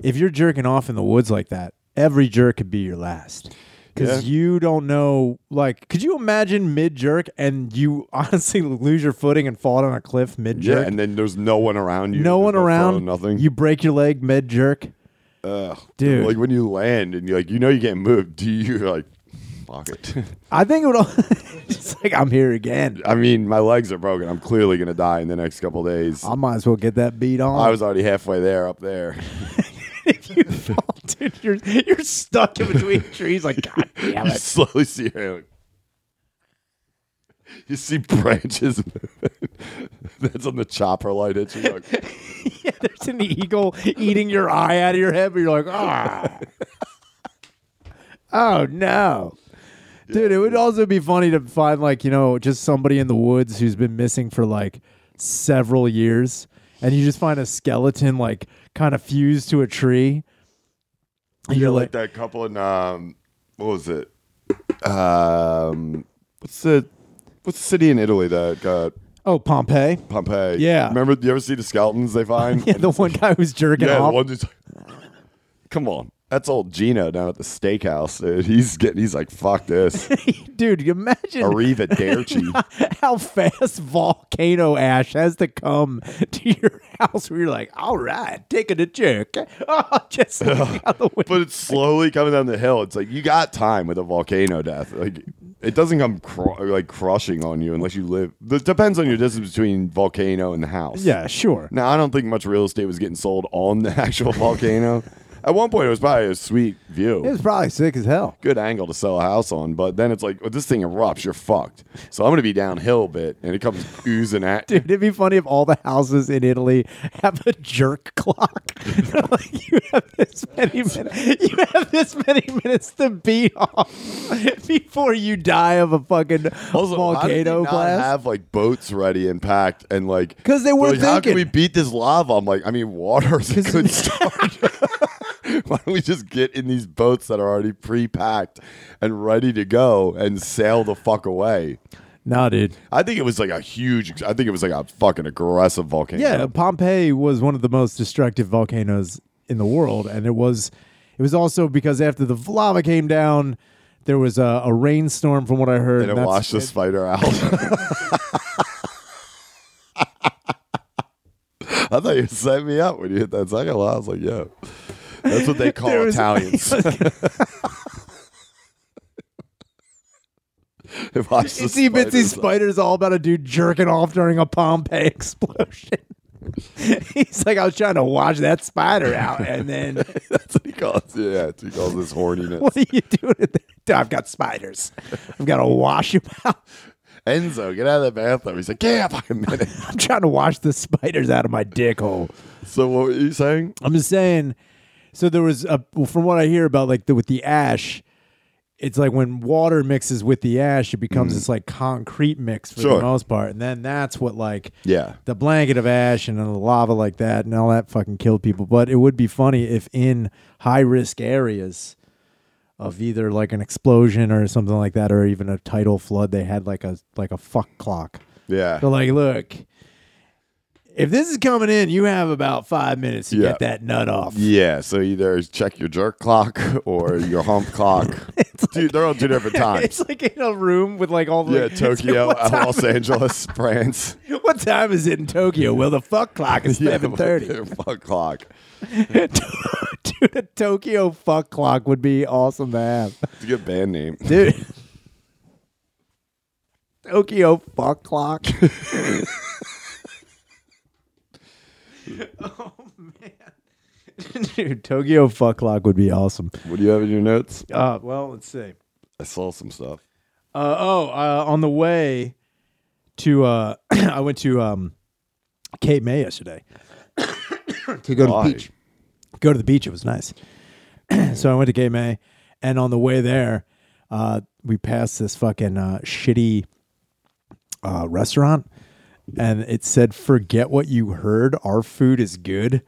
B: If you're jerking off in the woods like that, every jerk could be your last. Because
A: Yeah.
B: you don't know, like, could you imagine mid jerk and you honestly lose your footing and fall down a cliff mid
A: yeah.
B: jerk?
A: And then there's no one around you.
B: no
A: There's
B: one
A: phone,
B: around.
A: nothing.
B: You break your leg mid jerk.
A: Ugh.
B: Dude.
A: like when you land and you like you know you can't move. Do you you're like fuck it?
B: I think it would. All, it's like I'm here again.
A: I mean, my legs are broken. I'm clearly gonna die in the next couple days.
B: I might as well get that beat on.
A: I was already halfway there up there.
B: if you fall, dude, you're you're stuck in between trees. Like God damn
A: you
B: it!
A: slowly see her. like- You see branches moving. That's on the chopper light. It's just like,
B: yeah, there's an eagle eating your eye out of your head, but you're like, ah, oh no. Dude, it would also be funny to find like, you know, just somebody in the woods who's been missing for like several years and you just find a skeleton like kind of fused to a tree. And
A: you're
B: you're
A: like that
B: like,
A: couple in um, what was it? Um, what's the what's the city in Italy that got
B: "Oh, Pompeii."
A: Pompeii?
B: Yeah.
A: remember? You ever see the skeletons they find?
B: Yeah, the one guy who's jerking
A: Yeah, the
B: off.
A: one just come on. That's old Gino down at the steakhouse, dude. He's getting, he's like, fuck this.
B: Dude, you imagine
A: Arrivederci.
B: how fast volcano ash has to come to your house where you're like, all right, taking a jerk. Oh, just looking out the window.
A: but it's slowly coming down the hill. It's like you got time with a volcano death. Like It doesn't come cru- like crushing on you unless you live. This depends on your distance between volcano and the house.
B: Yeah, sure.
A: Now I don't think much real estate was getting sold on the actual volcano. At one point, it was probably a sweet view.
B: It was probably sick as hell.
A: good angle to sell a house on, but then it's like, well, this thing erupts, you're fucked. So I'm gonna be downhill a bit, and it comes oozing at you.
B: Dude, it'd be funny if all the houses in Italy have a jerk clock. Like, you have this many minutes. You have this many minutes to beat off before you die of a fucking
A: how did
B: volcano
A: we not
B: blast.
A: have like boats ready and packed, and like
B: 'Cause they
A: they're
B: were
A: like, How can
B: thinking-
A: we beat this lava? I'm like, I mean, water's a
B: 'Cause-
A: good start. Why don't we just get in these boats that are already pre-packed and ready to go and sail the fuck away?
B: Nah, dude.
A: I think it was like a huge. I think it was like a fucking aggressive volcano.
B: Yeah, Pompeii was one of the most destructive volcanoes in the world, and it was it was also because after the lava came down, there was a, a rainstorm, from what I heard.
A: and it
B: and that's-
A: washed the spider out. I thought you set me up when you hit that second line. I was like, yeah. That's what they call
B: There was-
A: Italians. it washed the
B: Itsy bitsy
A: spiders out.
B: spiders all about a dude jerking off during a Pompeii explosion. He's like, I was trying to wash that spider out, and then
A: That's what he calls it. Yeah, that's what he calls this horniness.
B: what are you doing? With that? Dude, I've got spiders. I've got to wash them out.
A: Enzo, get out of the bathroom. He's like, yeah, fucking minute.
B: I'm trying to wash the spiders out of my dick hole.
A: So what were you saying?
B: I'm just saying. So there was a well, from what I hear about like the, with the ash, it's like when water mixes with the ash, it becomes this like concrete mix for
A: Mm. Sure.
B: the most part, and then that's what like
A: Yeah.
B: the blanket of ash and then the lava like that and all that fucking killed people. But it would be funny if in high risk areas of either like an explosion or something like that, or even a tidal flood, they had like a like a fuck clock.
A: Yeah.
B: They're like, look, if this is coming in, you have about five minutes to
A: Yeah.
B: get that nut off.
A: Yeah, so either check your jerk clock or your hump clock. Dude, they're on two different times.
B: It's like in a room with like all the
A: Yeah,
B: it's
A: Tokyo,
B: like, what, time,
A: Los Angeles, France.
B: what time is it in Tokyo? Well, the fuck clock is
A: Yeah,
B: seven thirty.
A: Fuck clock.
B: Dude, a Tokyo fuck clock would be awesome to have,
A: It's a good band name.
B: dude. Tokyo fuck clock. oh man, dude, Tokyo fuck clock would be awesome.
A: What do you have in your notes?
B: Uh, well, let's see.
A: I saw some stuff.
B: Uh, oh, uh, on the way to uh, I went to um, Cape May yesterday to go to
A: Why?
B: the beach. Go to the beach. It was nice. so I went to Cape May, and on the way there, uh, we passed this fucking uh, shitty uh, restaurant, and it said, "Forget what you heard. Our food is good."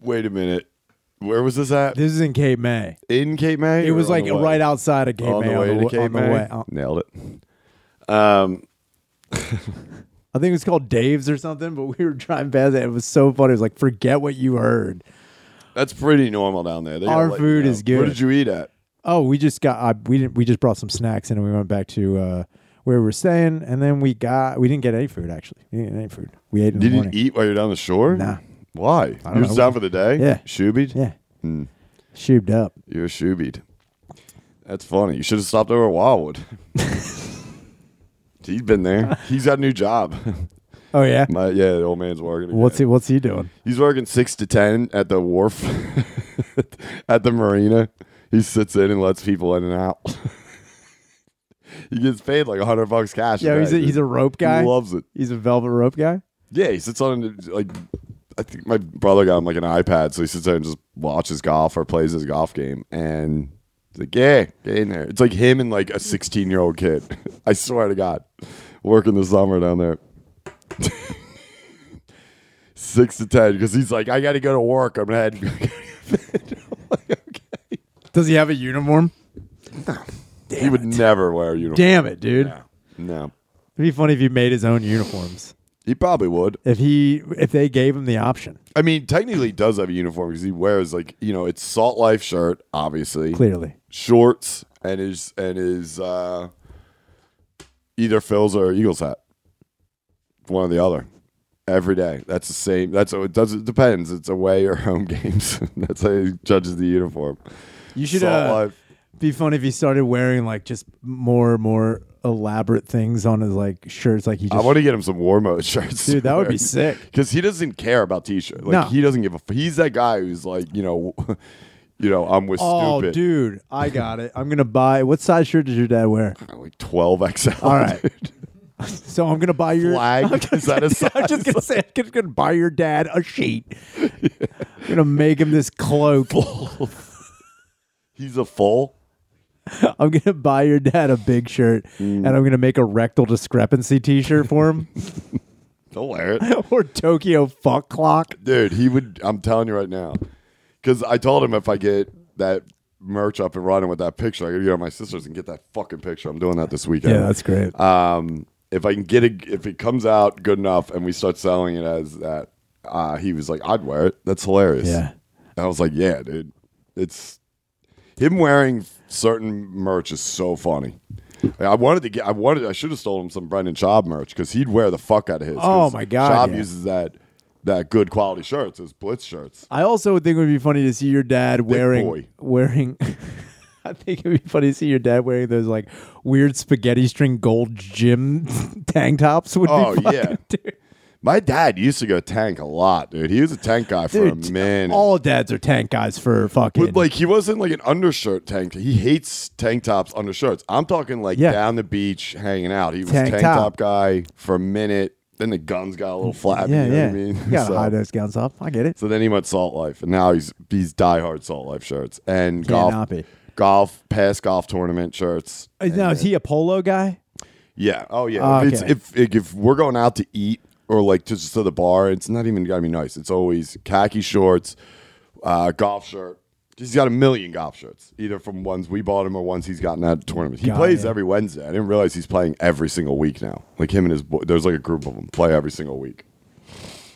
A: Wait a minute. Where was this at?
B: This is in Cape May.
A: In Cape May?
B: It was like right
A: out
B: outside of Cape
A: on
B: May
A: the way
B: on the,
A: to
B: wa-
A: Cape
B: on the
A: May.
B: way. uh,
A: Nailed it. Um,
B: I think it was called Dave's or something, but we were driving past it. It was so funny. It was like, forget what you heard.
A: that's pretty normal down there. They gotta
B: Our
A: let you
B: food
A: know.
B: is good.
A: Where did you eat at?
B: Oh, we just got I, we didn't we just brought some snacks in and we went back to uh, where we were staying and then we got we didn't get any food actually. We didn't get any food. We ate in
A: Did
B: the
A: you
B: morning.
A: eat while you're down the shore?
B: Nah.
A: Why?
B: don't
A: You were
B: know.
A: down for the day?
B: Yeah.
A: Shoobied?
B: Yeah. Shooped up.
A: Mm, You're a shoebied. That's funny. You should have stopped over at Wildwood. He's been there. He's got a new job.
B: Oh yeah.
A: My yeah, the old man's working. Again.
B: What's he what's he doing?
A: He's working six to ten at the wharf, at the marina. He sits in and lets people in and out. he gets paid like hundred bucks cash.
B: Yeah, he's a, he's a rope guy.
A: He loves it.
B: he's a velvet rope guy.
A: Yeah, he sits on like I think my brother got him like an iPad, so he sits there and just watches golf or plays his golf game, and it's like yeah, get in there. It's like him and like a sixteen year old kid. I swear to God, working the summer down there. Six to ten, because he's like, I got to go to work. I'm gonna head.
B: Does he have a uniform?
A: he would never wear a uniform.
B: Damn it, dude.
A: No,
B: It'd be funny if you made his own uniforms.
A: he probably would.
B: If he if they gave him the option,
A: I mean, technically, he does have a uniform because he wears like you know, it's Salt Life shirt, obviously.
B: clearly.
A: shorts and his and his uh either Phil's or Eagles hat. One or the other. Every day. That's the same. That's it does it depends. It's away or home games. that's how he judges the uniform.
B: You should
A: Salt
B: uh,
A: Life.
B: be funny if he started wearing like just more and more elaborate things on his like shirts. Like he
A: I
B: just
A: want to get him some war mode shirts.
B: Dude, that would be sick.
A: Because he doesn't care about t-shirt. Like
B: No.
A: he doesn't give a. F- he's that guy who's like, you know, you know, I'm with
B: Oh,
A: stupid.
B: dude, I got it. I'm gonna buy. What size shirt does your dad wear?
A: Like 12 XL.
B: All right.
A: dude.
B: So I'm gonna buy your.
A: Flag is that a size?
B: I'm just gonna say I'm just gonna buy your dad a sheet. I'm gonna make him this cloak.
A: he's a full.
B: I'm gonna buy your dad a big shirt,
A: Mm.
B: and I'm gonna make a rectal discrepancy T-shirt for him,
A: Don't wear it.
B: or Tokyo fuck clock.
A: dude he would i'm telling you right now because i told him if i get that merch up and running with that picture i gotta go to my sister's and get that fucking picture i'm doing that this weekend
B: Yeah, that's great.
A: um if i can get it if it comes out good enough and we start selling it as that uh he was like i'd wear it that's hilarious
B: Yeah.
A: and i was like yeah dude it's him wearing certain merch is so funny I wanted to get. I wanted. I should have stolen him some Brendan Schaub merch because he'd wear the fuck out of his. 'cause
B: Oh, my God,
A: Schaub
B: yeah.
A: uses that that good quality shirts, his Blitz shirts.
B: I also would think it would be funny to see your dad wearing
A: boy.
B: wearing. I think it would be funny to see your dad wearing those like weird spaghetti string gold gym tank tops. Would
A: Oh,
B: be fucking,
A: yeah.
B: dude,
A: My dad used to go tank a lot, dude. He was a tank guy for
B: Dude,
A: a minute.
B: all dads are tank guys for fucking.
A: but like he wasn't like an undershirt tank. He hates tank tops, undershirts. I'm talking like
B: Yeah.
A: down the beach hanging out. He was
B: Tank
A: tank,
B: top.
A: top. guy for a minute. Then the guns got a little flabby.
B: yeah,
A: you know
B: yeah.
A: what I mean?
B: You gotta
A: So-
B: hide those guns off. I get it.
A: So then he went Salt Life, and now he's he's diehard Salt Life shirts and golf,
B: Cannot be.
A: golf, past golf tournament shirts.
B: Now is he a polo guy?
A: Yeah. Oh yeah.
B: Oh,
A: if, it's,
B: okay.
A: if if if we're going out to eat or like to just to the bar, it's not even gotta be nice. It's always khaki shorts, uh, golf shirt. He's got a million golf shirts, either from ones we bought him or ones he's gotten at tournaments. He
B: Got
A: plays
B: it.
A: every Wednesday. I didn't realize he's playing every single week now. Like him and his boy, there's like a group of them play every single week.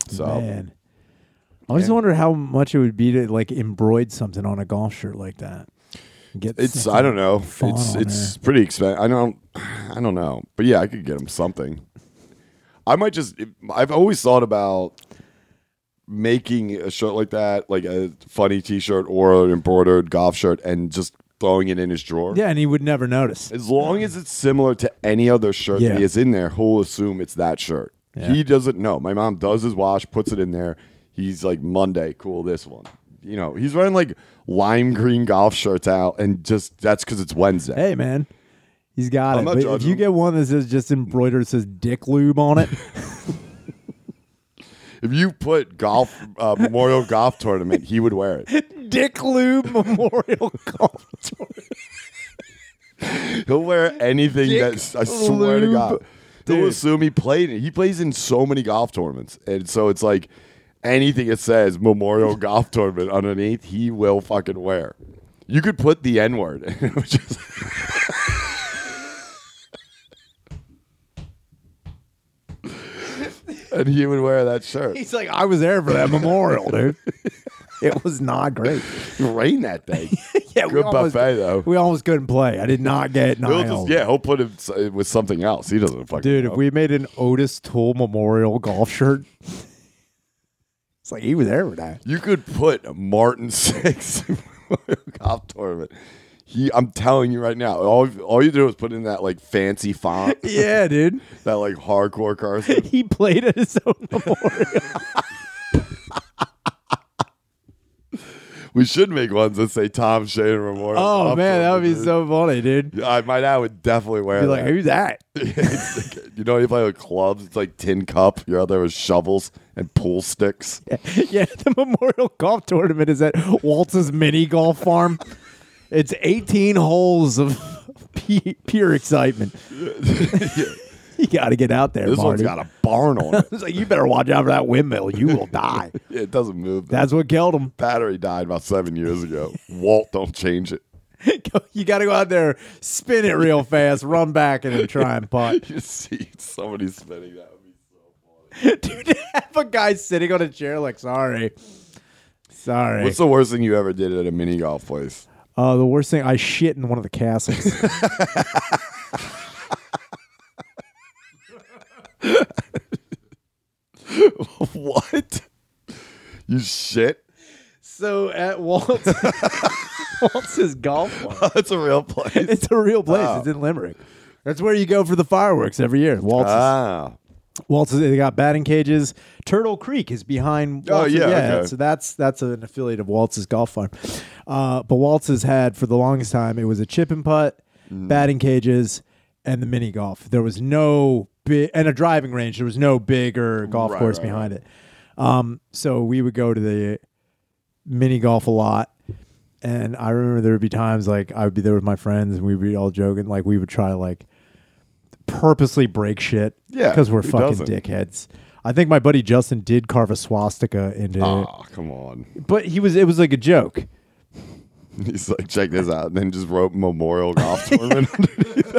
A: So
B: Man, I just wonder how much it would be to like embroid something on a golf shirt like that. Get
A: It's
B: something
A: I don't know.
B: fun
A: It's
B: on
A: it's pretty expensive. I don't I don't know. But yeah, I could get him something. I might just I've always thought about making a shirt like that, like a funny t-shirt or an embroidered golf shirt and just throwing it in his drawer.
B: there. Yeah, and he would never notice.
A: As long as it's similar to any other shirt
B: Yeah.
A: that he has in there, he'll assume it's that shirt.
B: Yeah.
A: He doesn't know. My mom does his wash, puts it in there. He's like, Monday, cool, this one. You know, he's wearing like lime green golf shirts out, and just that's because it's Wednesday.
B: Hey, man, he's got
A: I'm
B: it.
A: not
B: But if
A: judging
B: you
A: him.
B: get one that says just embroidered, says "dick lube" on it,
A: If you put golf, uh, Memorial Golf Tournament, he would wear it.
B: "dick lube memorial golf tour."
A: He'll wear anything
B: Dick
A: that's, I swear to
B: lube.
A: God.
B: Dude.
A: He'll assume he played it. He plays in so many golf tournaments. And so it's like anything it says Memorial Golf Tournament underneath, he will fucking wear. You could put the N word. just And he would wear that shirt.
B: He's like, "I was there for that memorial, dude. It was not great.
A: Rain that day.
B: Yeah, we
A: Good
B: almost-
A: buffet, though.
B: We almost couldn't play. I did not get
A: He'll
B: nihiled.
A: just, yeah, he'll put it s- with something else. He doesn't fucking
B: Dude, if
A: know.
B: we made an Otis Tool memorial golf shirt, it's like he was there for that.
A: You could put Martin Six golf tournament. He, I'm telling you right now, all all you do is put in that like fancy font,
B: Yeah, dude.
A: that like hardcore Carson.
B: He played at his own memorial.
A: We should make ones that say Tom Shader Memorial.
B: oh
A: Golf
B: man, that would be
A: Tournament,
B: so funny, dude.
A: dude. I, my dad would definitely wear
B: Be like,
A: that.
B: who's that?
A: It's like- you know, you play with clubs. It's like tin cup. Your other was shovels and pool sticks.
B: yeah, the Memorial Golf Tournament is at Waltz's mini golf farm. It's 18 holes of pu- pure excitement. you got to get out there,
A: This one's
B: Marty.
A: got a barn on it.
B: it's like you better watch out for that windmill. You will die.
A: it doesn't move. That
B: That's what killed him.
A: battery died about seven years ago. Walt, don't change it.
B: Go- you got to go out there, spin it real fast, run back, and then try and putt.
A: You see somebody spinning that would be
B: Dude, have a guy sitting on a chair like, sorry. Sorry.
A: What's the worst thing you ever did at a mini golf place?
B: Uh, the worst thing, I shit in one of the castles.
A: what? You shit?
B: so at Walt, Walt's is golf club.
A: That's Oh, a real place.
B: It's a real place. It's in Limerick. That's where you go for the fireworks every year. Walt's. is-
A: Ah,
B: Walt's. They got batting cages. Turtle Creek is behind.
A: Oh,
B: Waltz's.
A: yeah, okay.
B: So that's that's an affiliate of Waltz's Golf Farm. Uh, but Waltz's had for the longest time it was a chip and putt,
A: Mm.
B: batting cages, and the mini golf. There was no big and a driving range. There was no bigger golf
A: Right,
B: course
A: right,
B: behind it. Um, so we would go to the mini golf a lot. And I remember there would be times like I would be there with my friends and we'd be all joking. Like we would try to like purposely break shit.
A: Yeah,
B: Because we're
A: who
B: fucking
A: doesn't?
B: dickheads. I think my buddy Justin did carve a swastika into it.
A: ah, come on.
B: But he was it was like a joke.
A: He's like, check this out, and then just wrote Memorial Golf Tournament underneath.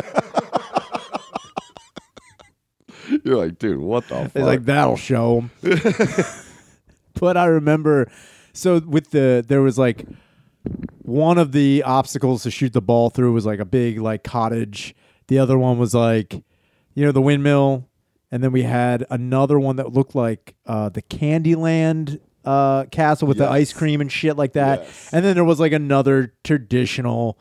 A: You're like, dude, what the fuck?
B: It's like that'll show 'em." but I remember, so with the there was like one of the obstacles to shoot the ball through was like a big like cottage. The other one was like, you know, the windmill, and then we had another one that looked like uh, the Candyland uh, castle with the ice
A: Yes.
B: cream and shit like that.
A: Yes.
B: And then there was like another traditional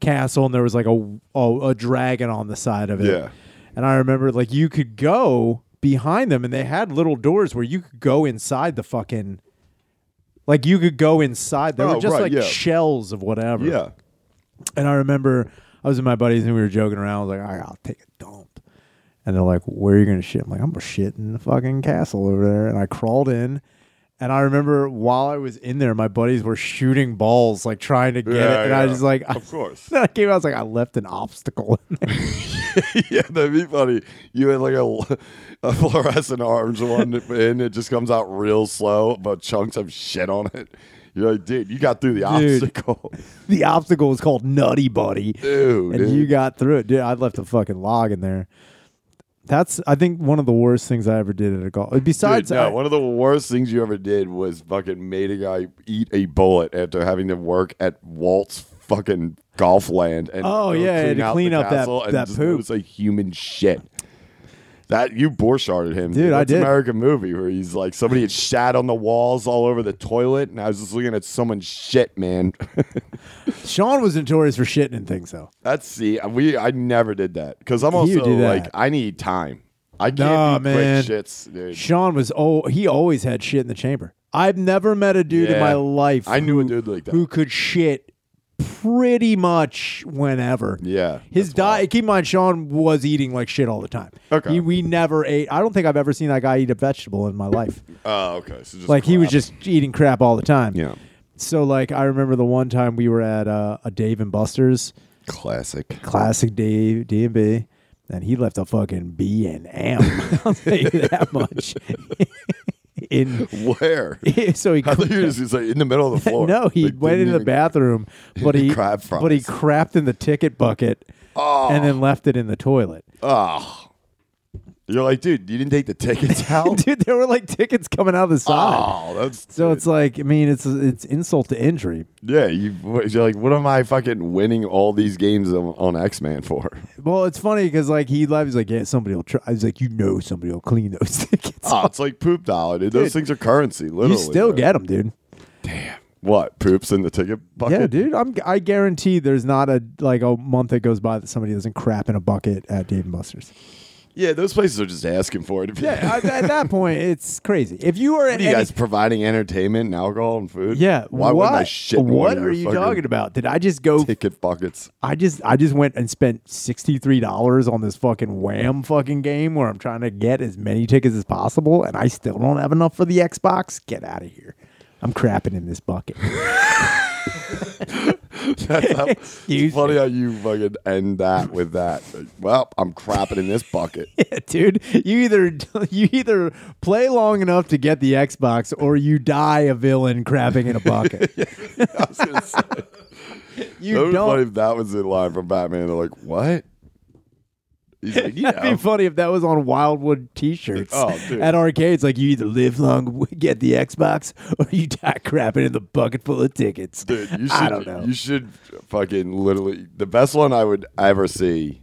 B: castle, and there was like a a, a dragon on the side of it.
A: Yeah.
B: And I remember like you could go behind them and they had little doors where you could go inside the fucking like you could go inside. They
A: Oh,
B: were just
A: right,
B: like
A: yeah.
B: shells of whatever.
A: yeah.
B: And I remember I was with my buddies and we were joking around. I was like, all right, I'll take a dump. And they're like, where are you going to shit? I'm like, I'm going to shit in the fucking castle over there. And I crawled in. And I remember while I was in there, my buddies were shooting balls, like trying to get
A: Yeah,
B: it. And I
A: yeah.
B: was just like,
A: Of course.
B: Then I came out, I was like, I left an obstacle in there.
A: yeah, that'd be funny. You had like a, a fluorescent orange one, and it just comes out real slow, but chunks of shit on it. You're like, dude, you got through the
B: Dude.
A: obstacle.
B: the obstacle was called Nutty Buddy.
A: Dude,
B: and
A: dude.
B: you got through it, dude. I left a fucking log in there. That's I think one of the worst things I ever did at a golf. Besides,
A: Dude, no,
B: I-
A: one of the worst things you ever did was fucking made a guy eat a bullet after having to work at Walt's fucking golf land and
B: Oh,
A: go
B: yeah, to clean
A: the
B: up that-
A: castle and
B: that
A: just
B: poop.
A: It was like human shit. That you borsharded him,
B: Dude, I
A: That's
B: did.
A: American movie where he's like somebody had shat on the walls all over the toilet, and I was just looking at someone's shit, man.
B: Sean was notorious for shitting and things though.
A: That's see, we I never did that because I'm also
B: do that.
A: like I need time. I can't
B: Nah,
A: do
B: man.
A: quick shits, dude.
B: Sean was oh he always had shit in the chamber. I've never met a dude in
A: Yeah.
B: my life
A: I knew a
B: who-
A: dude like that.
B: who could shit pretty much whenever.
A: Yeah,
B: His diet. Keep in mind, Sean was eating like shit all the time.
A: Okay.
B: He- we never ate. I don't think I've ever seen that guy eat a vegetable in my life.
A: Oh, okay. So just
B: like he was
A: crap.
B: just eating crap all the time.
A: Yeah.
B: So like I remember the one time we were at uh, a Dave and Buster's
A: classic.
B: classic Dave D and B, and he left a fucking B and M. I'll tell you that much. in
A: Where?
B: so he
A: I thought you were just like in the middle of the floor.
B: no he
A: Like,
B: went
A: didn't
B: into the
A: even-
B: bathroom, but he
A: Crab fries.
B: but he crapped in the ticket bucket
A: Oh,
B: and then left it in the toilet.
A: oh. You're like, dude, you didn't take the tickets out.
B: Dude, there were like tickets coming out of the side.
A: oh, that's
B: So it's like I mean it's it's insult to injury.
A: yeah. You, you're like, what am I fucking winning all these games on, on X Man for?
B: Well, it's funny because like he left. He's like, yeah, somebody will try. He's like, you know, somebody will clean those tickets.
A: Oh, it's like poop dollar, dude. Those
B: Dude,
A: things are currency. Literally,
B: you still
A: bro.
B: get them, dude.
A: what poops in the ticket bucket?
B: Yeah, dude. I'm I guarantee there's not a like a month that goes by that somebody doesn't crap in a bucket at Dave and Buster's.
A: Yeah, those places are just asking for it.
B: Yeah, at, at that point, it's crazy. If you are at
A: What are you
B: any-
A: guys providing entertainment and alcohol and food?
B: yeah,
A: Why
B: what?
A: wouldn't I shit? in one
B: What
A: of
B: are
A: your
B: you
A: fucking
B: talking about? Did I just go?
A: Ticket buckets.
B: I just I just went and spent sixty three dollars on this fucking wham fucking game where I'm trying to get as many tickets as possible, and I still don't have enough for the Xbox. Get out of here. I'm crapping in this bucket.
A: That's how,
B: Excuse
A: it's funny how you fucking end that with that. Like, well, I'm crapping in this bucket.
B: Yeah, dude. You either you either play long enough to get the Xbox, or you die a villain crapping in a bucket.
A: I was gonna say, that
B: You
A: would be funny
B: don't.
A: if that was in line from Batman. They're like, what? He's like,
B: That'd be
A: yeah.
B: funny if that was on Wildwood T-shirts
A: Oh, dude.
B: at arcades. Like you either live long, get the Xbox, or you die crapping in the bucket full of tickets.
A: Dude, you should,
B: I don't know.
A: You should fucking literally. The best one I would ever see,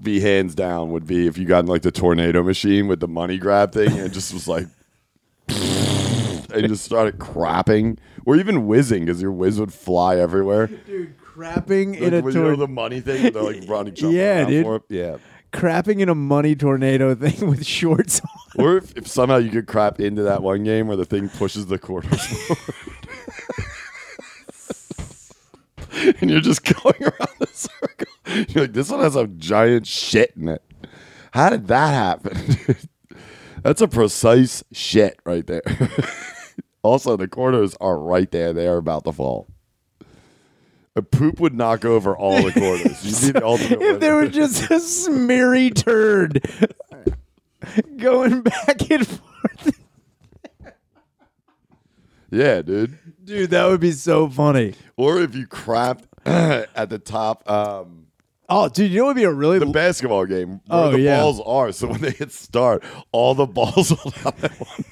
A: be hands down, would be if you got in like the tornado machine with the money grab thing and it just was like. and just started crapping or even whizzing because your whiz would fly everywhere.
B: dude, crapping
A: Like,
B: in a
A: when you know
B: tor-
A: the money thing, where they're like running, jumping
B: Yeah,
A: around
B: dude.
A: for it. Yeah.
B: crapping in a money tornado thing with shorts on.
A: Or if, if somehow you could crap into that one game where the thing pushes the quarters forward. and you're just going around the circle. You're like, this one has a giant shit in it. How did that happen? dude? That's a precise shit right there. also, the quarters are right there. They are about to fall. A poop would knock over all the quarters. You need the ultimate
B: If there
A: winner.
B: was just a smeary turd going back and forth,
A: yeah, dude.
B: dude, that would be so funny.
A: Or if you crapped at the top, um,
B: Oh, dude, you know what would be a really
A: the basketball game where
B: Oh,
A: the
B: yeah.
A: balls are. So when they hit start, all the balls will have that one.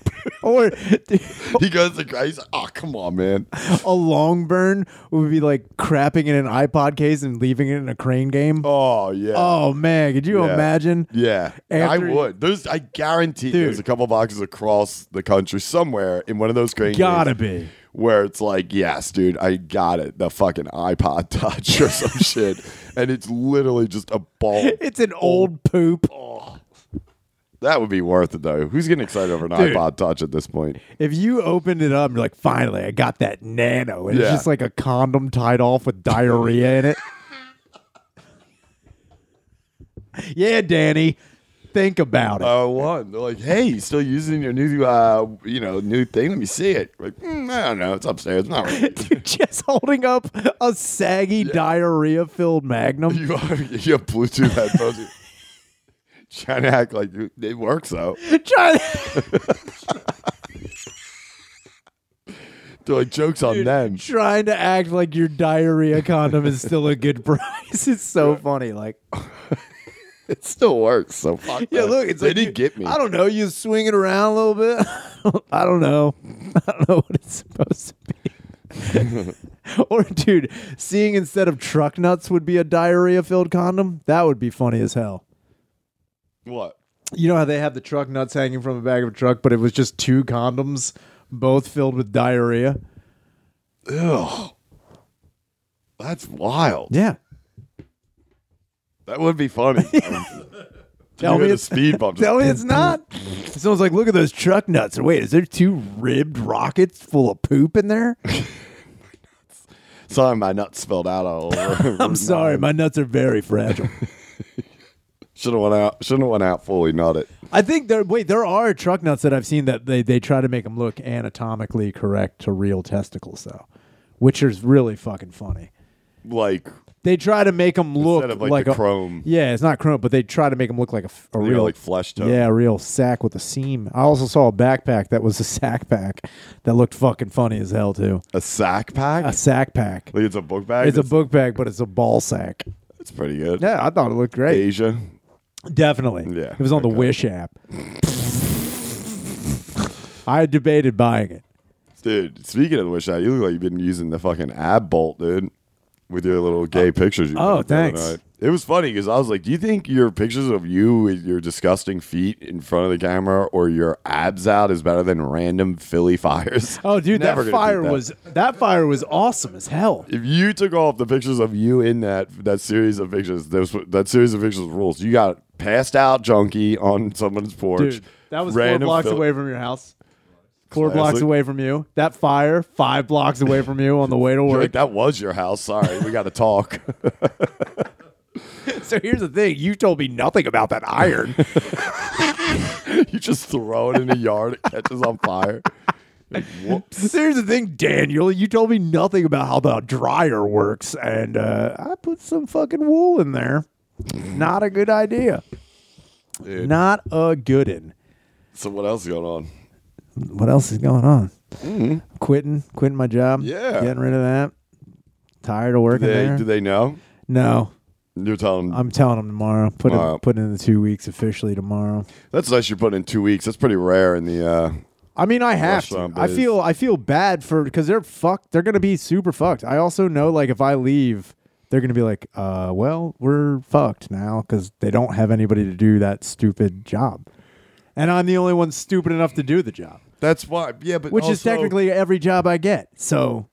B: or dude,
A: He goes to Christ. Oh, come on, man.
B: a long burn would be like crapping in an iPod case and leaving it in a crane game. Oh,
A: Oh yeah.
B: man, could you
A: Yeah.
B: imagine?
A: Yeah,
B: After-
A: I would. There's, I guarantee,
B: Dude.
A: there's a couple boxes across the country somewhere in one of those crane
B: Gotta
A: games
B: be.
A: where it's like, yes, dude, I got it. The fucking iPod Touch or some shit, and it's literally just a ball.
B: It's an old poop.
A: Oh. That would be worth it though. Who's getting excited over an
B: Dude.
A: iPod Touch at this point?
B: If you opened it up, you're like, finally, I got that nano. And
A: Yeah.
B: It's just like a condom tied off with diarrhea in it. yeah, Danny, think about it.
A: uh, one. They're like, hey, you still using your new, uh, you know, new thing? Let me see it. Like, mm, I don't know. It's upstairs. It's not really.
B: Dude, just holding up a saggy diarrhea filled magnum.
A: you, are, you have Bluetooth headphones. You- Trying to act like you- it works though.
B: Try
A: They're like jokes on them.
B: trying to act like your diarrhea condom is still a good price. It's so funny. Like,
A: It still works. So fuck.
B: yeah,
A: that.
B: look, it's
A: they
B: like
A: didn't
B: you-
A: get me.
B: I don't know. You swing it around a little bit. I don't know. I don't know what it's supposed to be. or, dude, seeing instead of truck nuts would be a diarrhea filled condom. That would be funny as hell.
A: what?
B: You know how they have the truck nuts hanging from the back of a truck, but it was just two condoms, both filled with diarrhea.
A: Ugh. That's wild.
B: Yeah.
A: That would be funny.
B: Tell
A: You hit
B: me
A: a
B: it's-
A: speed bump.
B: Tell me it's not. Someone's like, look at those truck nuts. And wait, is there two ribbed rockets full of poop in there?
A: Sorry, my nuts spilled out all over.
B: I'm sorry, my nuts are very fragile.
A: Should have went out. Shouldn't have went out fully nutted.
B: I think there. Wait, there are truck nuts that I've seen that they they try to make them look anatomically correct to real testicles, though, which is really fucking funny.
A: Like
B: They try to make them look
A: instead of like, the
B: a
A: chrome.
B: Yeah, it's not chrome, but they try to make them look like a, f- a
A: You know,
B: real
A: like flesh tone.
B: Yeah, a real sack with a seam. I also saw a backpack that was a sack pack that looked fucking funny as hell too.
A: A sack pack?
B: A sack pack.
A: like it's a book bag?
B: It's a book bag, but it's a ball sack.
A: It's pretty good.
B: Yeah, I thought it looked great.
A: Asia.
B: Definitely.
A: Yeah,
B: It was on the
A: okay.
B: Wish app. I debated buying it.
A: Dude, speaking of the wish out, you look like you've been using the fucking ab bolt, dude. With your little gay pictures. You
B: oh,
A: put up the other
B: thanks.
A: night. It was funny because I was like, do you think your pictures of you with your disgusting feet in front of the camera or your abs out is better than random Philly fires?
B: Oh, dude,
A: Never
B: that
A: gonna beat
B: fire
A: that.
B: was that fire was awesome as hell.
A: If you took off the pictures of you in that that series of pictures, those, that series of pictures rules. You got passed out junkie on someone's porch.
B: Dude, that was
A: random
B: four blocks
A: Phil-
B: away from your house. Four
A: Classic.
B: blocks away from you. That fire, five blocks away from you on the way to
A: You're
B: work.
A: like, that was your house. Sorry, we got to talk.
B: So here's the thing: you told me nothing about that iron.
A: you just throw it in the yard, it catches on fire. Like, Whoops.
B: here's the thing, Daniel: you told me nothing about how the dryer works, and uh, I put some fucking wool in there. Not a good idea.
A: Dude.
B: Not a good one.
A: So what else is going on?
B: What else is going on? Quitting, quitting my job.
A: Mm-hmm. Yeah.
B: getting rid of that. Tired of working
A: Do they,
B: there.
A: do they know?
B: no,
A: You're telling
B: I'm telling them tomorrow. Put
A: Tomorrow.
B: in, put in the two weeks officially tomorrow.
A: that's nice you put in two weeks. That's pretty rare in the uh
B: I mean, I have to.
A: Restaurant
B: I
A: biz.
B: feel I feel bad for because they're fucked. They're gonna be super fucked. I also know like if I leave, they're gonna be like, uh, well, we're fucked now because they don't have anybody to do that stupid job. and I'm the only one stupid enough to do the job,
A: That's why. Yeah, but
B: which is
A: also-
B: technically every job I get. So,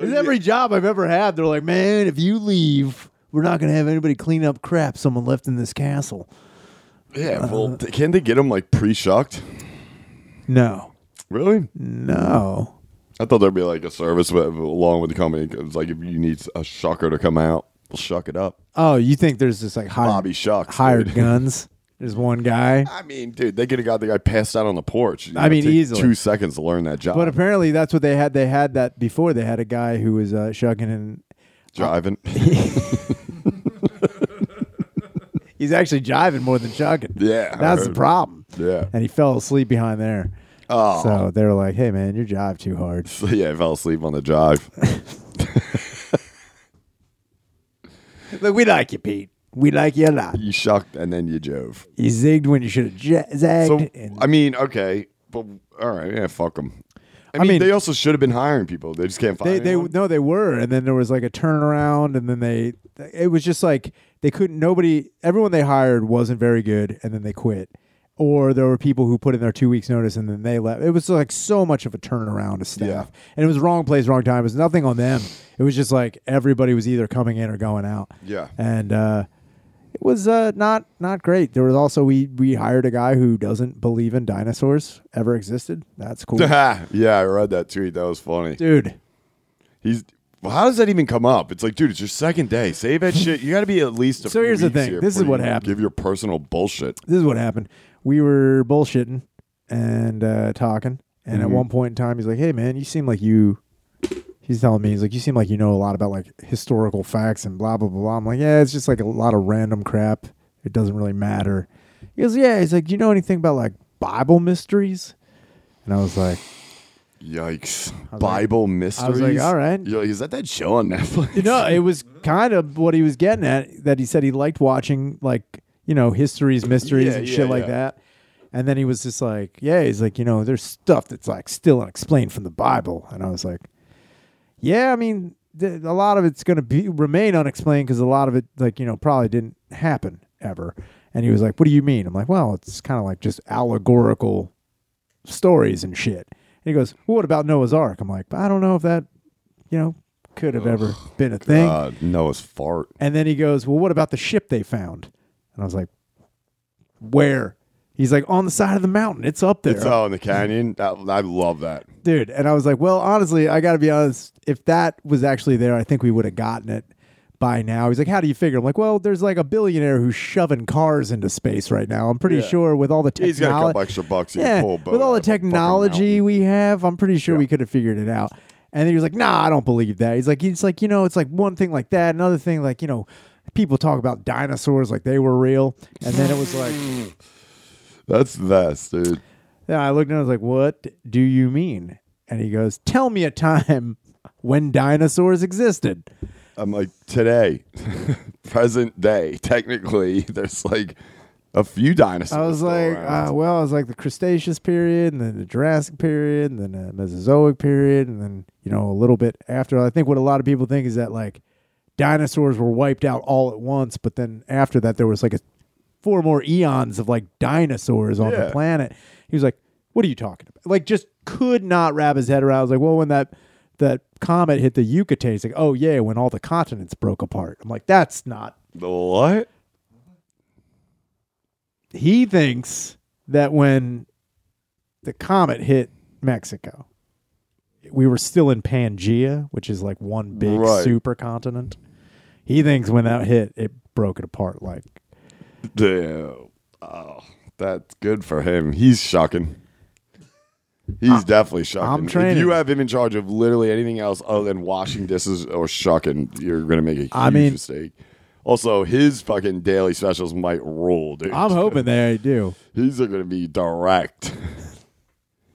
B: in every job I've ever had, they're like, "Man, if you leave, we're not gonna have anybody clean up crap someone left in this castle."
A: Yeah, well, th- can they get them like pre-shucked?
B: No,
A: Really?
B: no.
A: I thought there'd be like a service with, along with the company. It's like if you need a shucker to come out, we'll shuck it up.
B: Oh, you think there's just like hired,
A: Bobby shucks.
B: hired
A: dude.
B: guns? There's one guy.
A: I mean, dude, they could have got the guy passed out on the porch. You
B: I mean,
A: take
B: easily.
A: two seconds to learn that job.
B: But apparently, that's what they had. They had that before. They had a guy who was uh, shucking, and
A: Driving.
B: he's actually jiving more than shucking.
A: Yeah, I
B: that's the
A: heard.
B: problem.
A: Yeah.
B: and he fell asleep behind there.
A: Oh.
B: so they were like, "Hey, man, you jive too hard."
A: So, yeah, I fell asleep on the drive.
B: Look, we like you, Pete. We like you a lot.
A: you shucked and then you drove.
B: You zigged when you should have j- zagged.
A: So
B: and
A: I mean, okay, but all right, yeah, fuck them. I,
B: I
A: mean,
B: mean-
A: they also should have been hiring people. They just can't find.
B: they, they
A: anyone.
B: no, they were, and then there was like a turnaround, and then they, it was just like they couldn't. Nobody, everyone they hired wasn't very good, and then they quit. Or there were people who put in their two weeks notice and then they left. It was like so much of a turnaround of staff,
A: Yeah.
B: and it was wrong place, wrong time. It was nothing on them. It was just like everybody was either coming in or going out.
A: Yeah.
B: and uh, it was uh, not not great. There was also we we hired a guy who doesn't believe in dinosaurs ever existed. That's cool,
A: yeah, I read that tweet. That was funny.
B: dude.
A: He's. Well, how does that even come up? It's like, dude, it's your second day. Save that shit. You got to be at least. A
B: So
A: few
B: here's the
A: weeks
B: thing.
A: here
B: This is
A: before
B: what
A: you
B: happened.
A: Give your personal bullshit.
B: this is what happened. We were bullshitting and uh, talking, and at one point in time, he's like, "Hey, man, you seem like you." He's telling me he's like, "You seem like you know a lot about like historical facts and blah blah blah." blah." I'm like, "Yeah, it's just like a lot of random crap. It doesn't really matter." He goes, "Yeah." He's like, "Do you know anything about like Bible mysteries?" And I was like,
A: Yikes!
B: like-
A: Bible mysteries.
B: all right.
A: Yo, is that that show on Netflix?
B: you know, it was kind of what he was getting at that he said he liked watching like, you know, histories, mysteries
A: Yeah,
B: and
A: yeah,
B: shit like
A: yeah.
B: that. And then he was just like, yeah, he's like, you know, there's stuff that's like still unexplained from the Bible. And I was like, yeah, I mean, th- a lot of it's going to be remain unexplained because a lot of it, like you know, probably didn't happen ever. And he was like, "What do you mean?" I'm like, "Well, it's kind of like just allegorical stories and shit." And he goes, well, "What about Noah's Ark?" I'm like, "I don't know if that, you know, could
A: Oh,
B: have ever been a thing."
A: Uh, Noah's fart.
B: And then he goes, Well, what about the ship they found? And I was like, Where? He's like, On the side of the mountain. It's up there.
A: It's out in the canyon. That, I love that.
B: Dude. And I was like, Well, honestly, I got to be honest. If that was actually there, I think we would have gotten it by now. He's like, How do you figure? I'm like, Well, there's like a billionaire who's shoving cars into space right now. I'm pretty
A: Yeah.
B: sure with all the technology.
A: He's got a couple extra bucks. He can
B: Yeah,
A: pull a boat
B: with
A: out
B: all the
A: of a fucking
B: technology we have, I'm pretty sure we could have figured it out. And then he was like, "Nah, I don't believe that." He's like, "He's like, you know, it's like one thing like that, another thing like you know, people talk about dinosaurs like they were real." And then it was like,
A: That's vast, dude.
B: yeah, I looked and I was like, "What do you mean?" And he goes, "Tell me a time when dinosaurs existed."
A: I'm like today, present day. Technically, there's like a few dinosaurs.
B: I was
A: still
B: like,
A: around.
B: uh, well, I was like the Cretaceous period, and then the Jurassic period, and then the Mesozoic period, and then you know a little bit after. I think what a lot of people think is that like dinosaurs were wiped out all at once, but then after that there was like a four more eons of like dinosaurs on
A: Yeah.
B: the planet. He was like, "What are you talking about?" Like, just could not wrap his head around. I was like, "Well, when that." That comet hit the Yucatan. He's like, oh yeah, when all the continents broke apart. I'm like, that's not
A: the what?
B: he thinks that when the comet hit Mexico, we were still in Pangea, which is like one big
A: Right.
B: supercontinent. He thinks when that hit, it broke it apart. Like,
A: Damn. Oh, that's good for him. He's shocking. He's definitely shocking.
B: I'm training.
A: If you have him in charge of literally anything else other than washing dishes or shucking, you're gonna make a huge
B: I mean-
A: mistake. Also, his fucking daily specials might rule, dude.
B: I'm hoping they do.
A: He's going to be direct.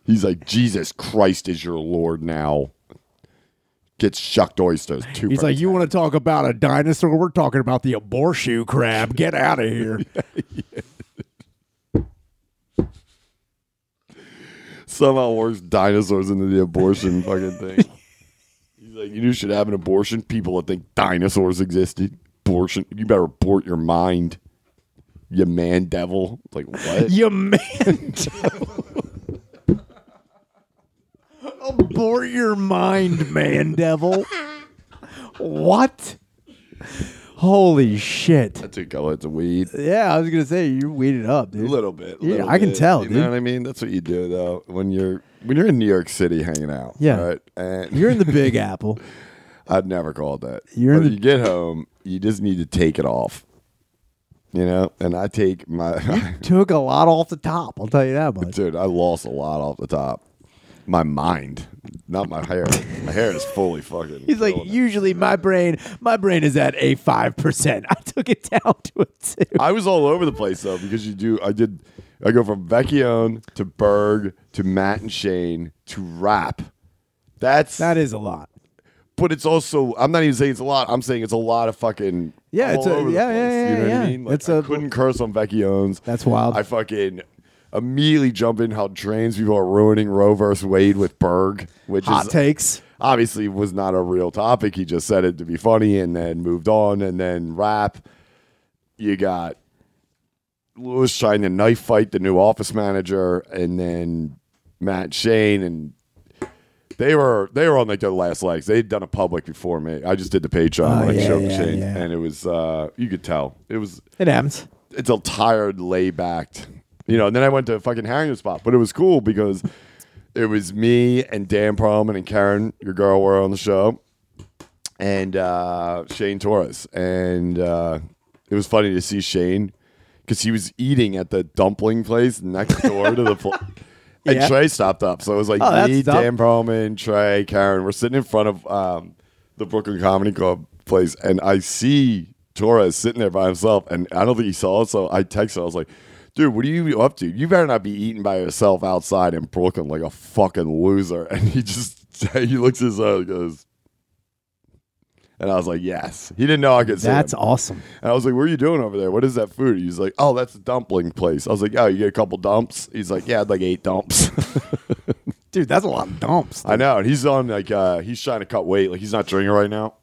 A: He's like, Jesus Christ is your Lord now. Gets shucked oysters. Two
B: He's
A: for
B: like, you
A: 10.
B: want to talk about a dinosaur? We're talking about the aborshu crab. Get out of here.
A: somehow works dinosaurs into the abortion fucking thing. He's like, you knew should have an abortion. People that think dinosaurs existed. Abortion. You better abort your mind. you man devil. Like what?
B: You man. Abort your mind, man devil. what? Holy shit.
A: That dude go into weed.
B: Yeah, I was going to say, you weeded up,
A: A
B: dude.
A: little bit.
B: Yeah,
A: little
B: I can
A: bit.
B: tell,
A: You
B: dude.
A: know what I mean? That's what you do though when you're when you're in New York City hanging out.
B: Yeah.
A: right? And
B: You're in the big apple.
A: I'd never called that.
B: You're
A: But
B: the-
A: you get home, you just need to take it off. You know, and I take my
B: Took a lot off the top, I'll tell you that much.
A: dude. I lost a lot off the top. My mind, not my hair. my hair is fully fucking.
B: He's like,
A: killing it.
B: usually my brain, my brain is at a five percent. I took it down to a two.
A: I was all over the place though because you do. I did. I go from Vecchione to Berg to Matt and Shane to rap. That's
B: That is a lot.
A: but it's also I'm not even saying it's a lot. I'm saying it's a lot of fucking
B: Yeah,
A: I'm
B: it's
A: all
B: a-
A: over the
B: yeah,
A: place,
B: yeah,
A: You know
B: yeah,
A: what I
B: yeah.
A: mean? Like,
B: It's
A: I
B: a-
A: couldn't curse on Vecchione's.
B: That's wild.
A: I fucking immediately jump in how trans people are ruining Roe versus Wade with Berg, which
B: Hot
A: is
B: takes.
A: obviously was not a real topic. He just said it to be funny and then moved on. And then rap, you got Lewis trying to knife fight the new office manager, and then Matt Shane and. They were they were on like their last legs. They'd done a public before me. I just did the Patreon
B: Oh,
A: like
B: yeah,
A: show and
B: yeah,
A: Shane,
B: yeah.
A: and it was uh you could tell it was
B: It happens.
A: it's a tired layback, you know. And then I went to a fucking hanging spot, but it was cool because it was me and Dan Perlman and Karen, your girl, were on the show, and uh, Shane Torres, and uh, it was funny to see Shane because he was eating at the dumpling place next door to the. Pl- And
B: Yeah.
A: Trey stopped up, so it was like
B: Oh, that's
A: me,
B: dope.
A: Dan Perlman, Trey, Karen. We're sitting in front of um, the Brooklyn Comedy Club place, and I see Torres sitting there by himself, and I don't think he saw it. So I texted. I was like, "Dude, what are you up to? You better not be eating by yourself outside in Brooklyn like a fucking loser." And he just he looks at his other and goes, and I was like, "Yes." He didn't know I could see. him.
B: That's awesome.
A: And I was like, "What are you doing over there? What is that food?" He's like, "Oh, that's a dumpling place." I was like, "Oh, you get a couple dumps?" He's like, "Yeah, I'd like eight dumps."
B: Dude, that's a lot of dumps.
A: I know, and he's on like uh, he's trying to cut weight. Like he's not drinking right now,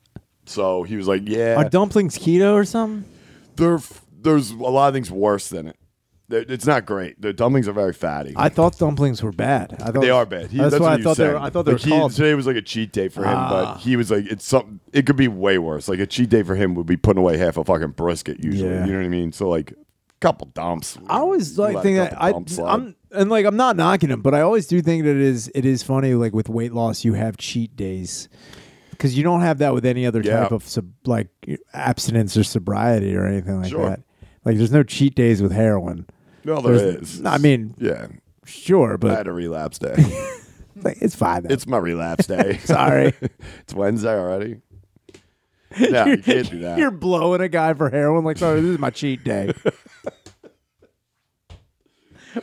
A: so he was like, "Yeah,
B: Are dumplings keto or something?
A: there, there's a lot of things worse than it. There- It's not great. The dumplings are very fatty.
B: I thought dumplings were bad. I thought
A: they are bad. He,
B: that's, why
A: what
B: I
A: he
B: thought
A: said.
B: they were. I thought they were
A: Like, he-
B: called.
A: Today was like a cheat day for him,
B: Ah.
A: but he was like, "It's something. It could be way worse. Like a cheat day for him would be putting away half a fucking brisket usually.
B: Yeah.
A: You know what I mean? So like, couple dumps.
B: I always
A: You
B: like
A: let a
B: think that
A: couple
B: I,
A: dumps slide.
B: I'm and like I'm not knocking him, but I always do think that it is it is funny like with weight loss you have cheat days because you don't have that with any other
A: Yeah.
B: type of sub, like abstinence or sobriety or anything like
A: Sure.
B: that. Like there's no cheat days with heroin.
A: No, there
B: There's-
A: is.
B: I mean,
A: yeah,
B: sure,
A: I
B: but
A: had a relapse day.
B: like, it's fine. though.
A: it's my relapse day.
B: sorry.
A: it's Wednesday already. No, you can't do that.
B: You're blowing a guy for heroin like, sorry, this is my cheat day.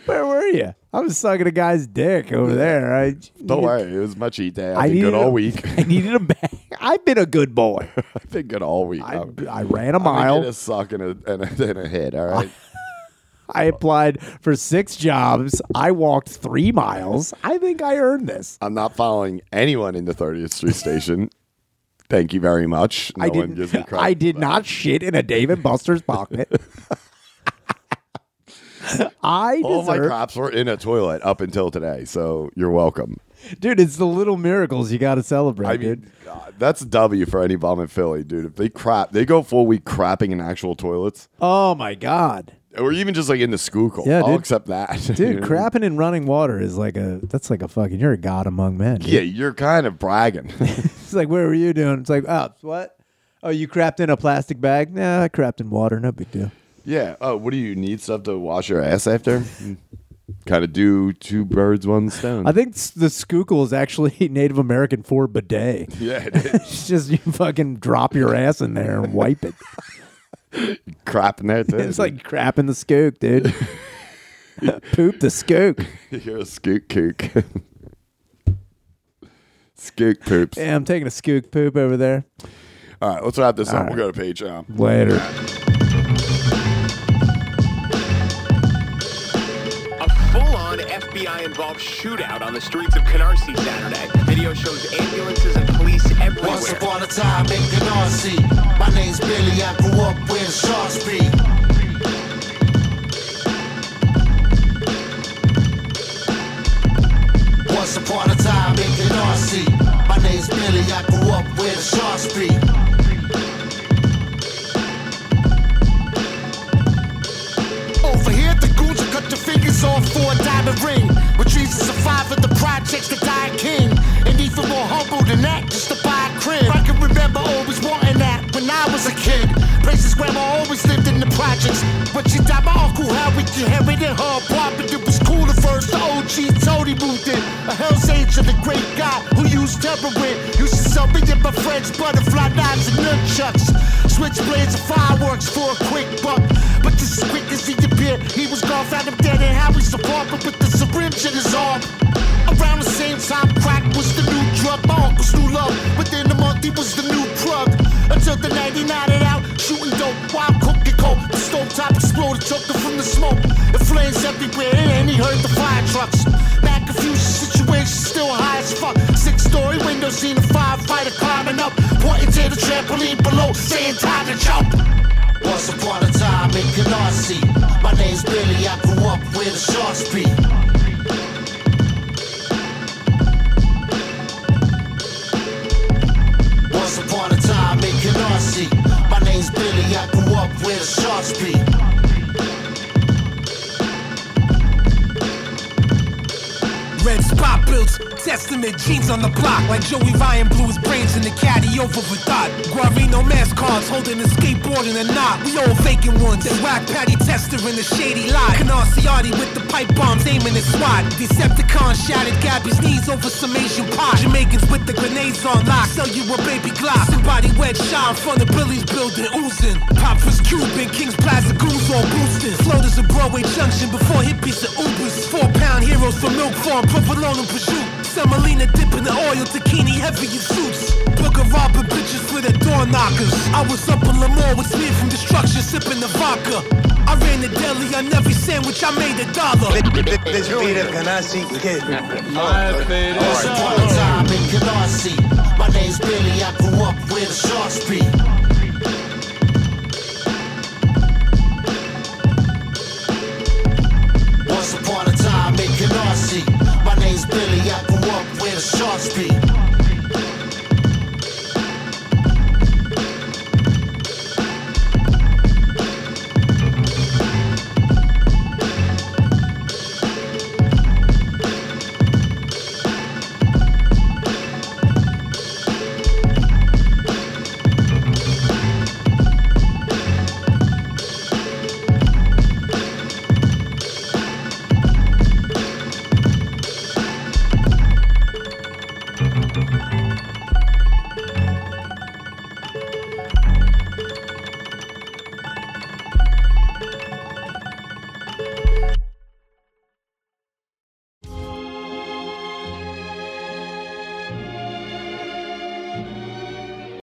B: Where were you? I was sucking a guy's dick over there. I
A: Don't worry, it was my cheat day.
B: I
A: I've been
B: needed
A: good all
B: a-
A: week.
B: I needed a bag. I've been a good boy.
A: I've been good all week.
B: I,
A: I'm-
B: I ran a
A: I'm gonna get
B: mile.
A: a suck and a, and a, and a hit. All right.
B: I applied for six jobs. I walked three miles. I think I earned this.
A: I'm not following anyone in the 30th Street Station. Thank you very much. No
B: I
A: one gives me
B: didn't.
A: credit.
B: I did not shit in a Dave and Buster's pocket. I
A: All Oh my
B: deserve,
A: cops were in a toilet up until today, so you're welcome.
B: dude. It's the little miracles you got to celebrate,
A: I
B: dude.
A: mean, God, that's a W for any bomb in Philly, dude. If they crap, they go full week crapping in actual toilets,
B: Oh my god,
A: or even just like in the Schuylkill.
B: Yeah,
A: I'll
B: dude.
A: accept that,
B: dude! Crapping in running water is like a that's like a fucking. You're a god among men. dude.
A: Yeah, you're kind of bragging.
B: It's like, where were you doing? It's like, oh, what? Oh, you crapped in a plastic bag? Nah, I crapped in water. No big deal.
A: yeah. Oh, what do you need stuff to wash your ass after? kind of do two birds, one stone.
B: I think s- the Schuylkill is actually Native American for bidet.
A: yeah, it is.
B: It's just you fucking drop your ass in there and wipe it.
A: crap in there too.
B: It's like crap in the skook, dude. Poop the skook.
A: You're a scoot kook. scoot poops.
B: Yeah, I'm taking a skook poop over there.
A: All right, let's wrap this up. We'll go to Patreon.
B: Later.
D: A full-on FBI-involved shootout on the streets of Canarsie Saturday. Video shows ambulances and police
E: Once
D: everywhere.
E: upon a time in Canarsie, my name's Billy. I grew up where sharks be. city I grew up with, Shaw Street. Over here, the goons will cut your fingers off for a diamond ring. Retrieves a survivor, the projects to die a king. And even more humble than that, just to buy a crib. I can remember always wanting that when I was a kid. Places grandma always lived in the projects. When she died, my uncle Harry inherited her apartment. It was cool at first, the OG Tony moved in. A Hell's Angel, the great guy who used heroin. Used to sell me and my friends butterfly knives and nunchucks. Switchblades and fireworks for a quick buck. But just as quick as he appeared, he was gone. Found him dead in Harry's apartment with the syringe in his arm. Around the same time, crack was the new drug. My uncle's new love. Within a month, he was the new drug. Until the 99 it out, shooting dope while cooking coke. The stove top exploded, choking from the smoke. The flames everywhere, and he heard the fire trucks. Back confusion situation, still high as fuck. Six story window, seen a firefighter climbing up. Pointing to the trampoline below, saying time to jump. Once upon a time in Canarsie, my name's Billy. I grew up where the sharks be. Once upon a time in Canarsie, my name's Billy. I grew up where the sharks be.
F: Red spot builds, testament jeans on the block. Like Joey Ryan blew his brains in the caddy over with thought. Guarino mask cons holding a skateboard in a knot. We all vacant ones. They whack Patty Tester in the shady lot. Canarciotti with the pipe bombs aiming at SWAT. Decepticon shattered Gabby's knees over some Asian pot. Jamaicans with the grenades on lock. Sell you a baby glock. Somebody wet shot in front of Billy's building oozing. Pop was Cuban, King's Plaza goons all boosting. Floaters at Broadway Junction before hippies and Ubers. Four pound heroes from Milk Farm, provolone and prosciutto. Semolina dipping the oil, zucchini heavy in suits. Book of robbing bitches for the door knockers. I was up in Lamar with Smith from Destruction, sipping the vodka. I ran the deli on every sandwich, I made a dollar.
G: This Peter Ganassi kid.
E: Once upon a time in Canarsie, my name's Billy. I grew up where the sharks be.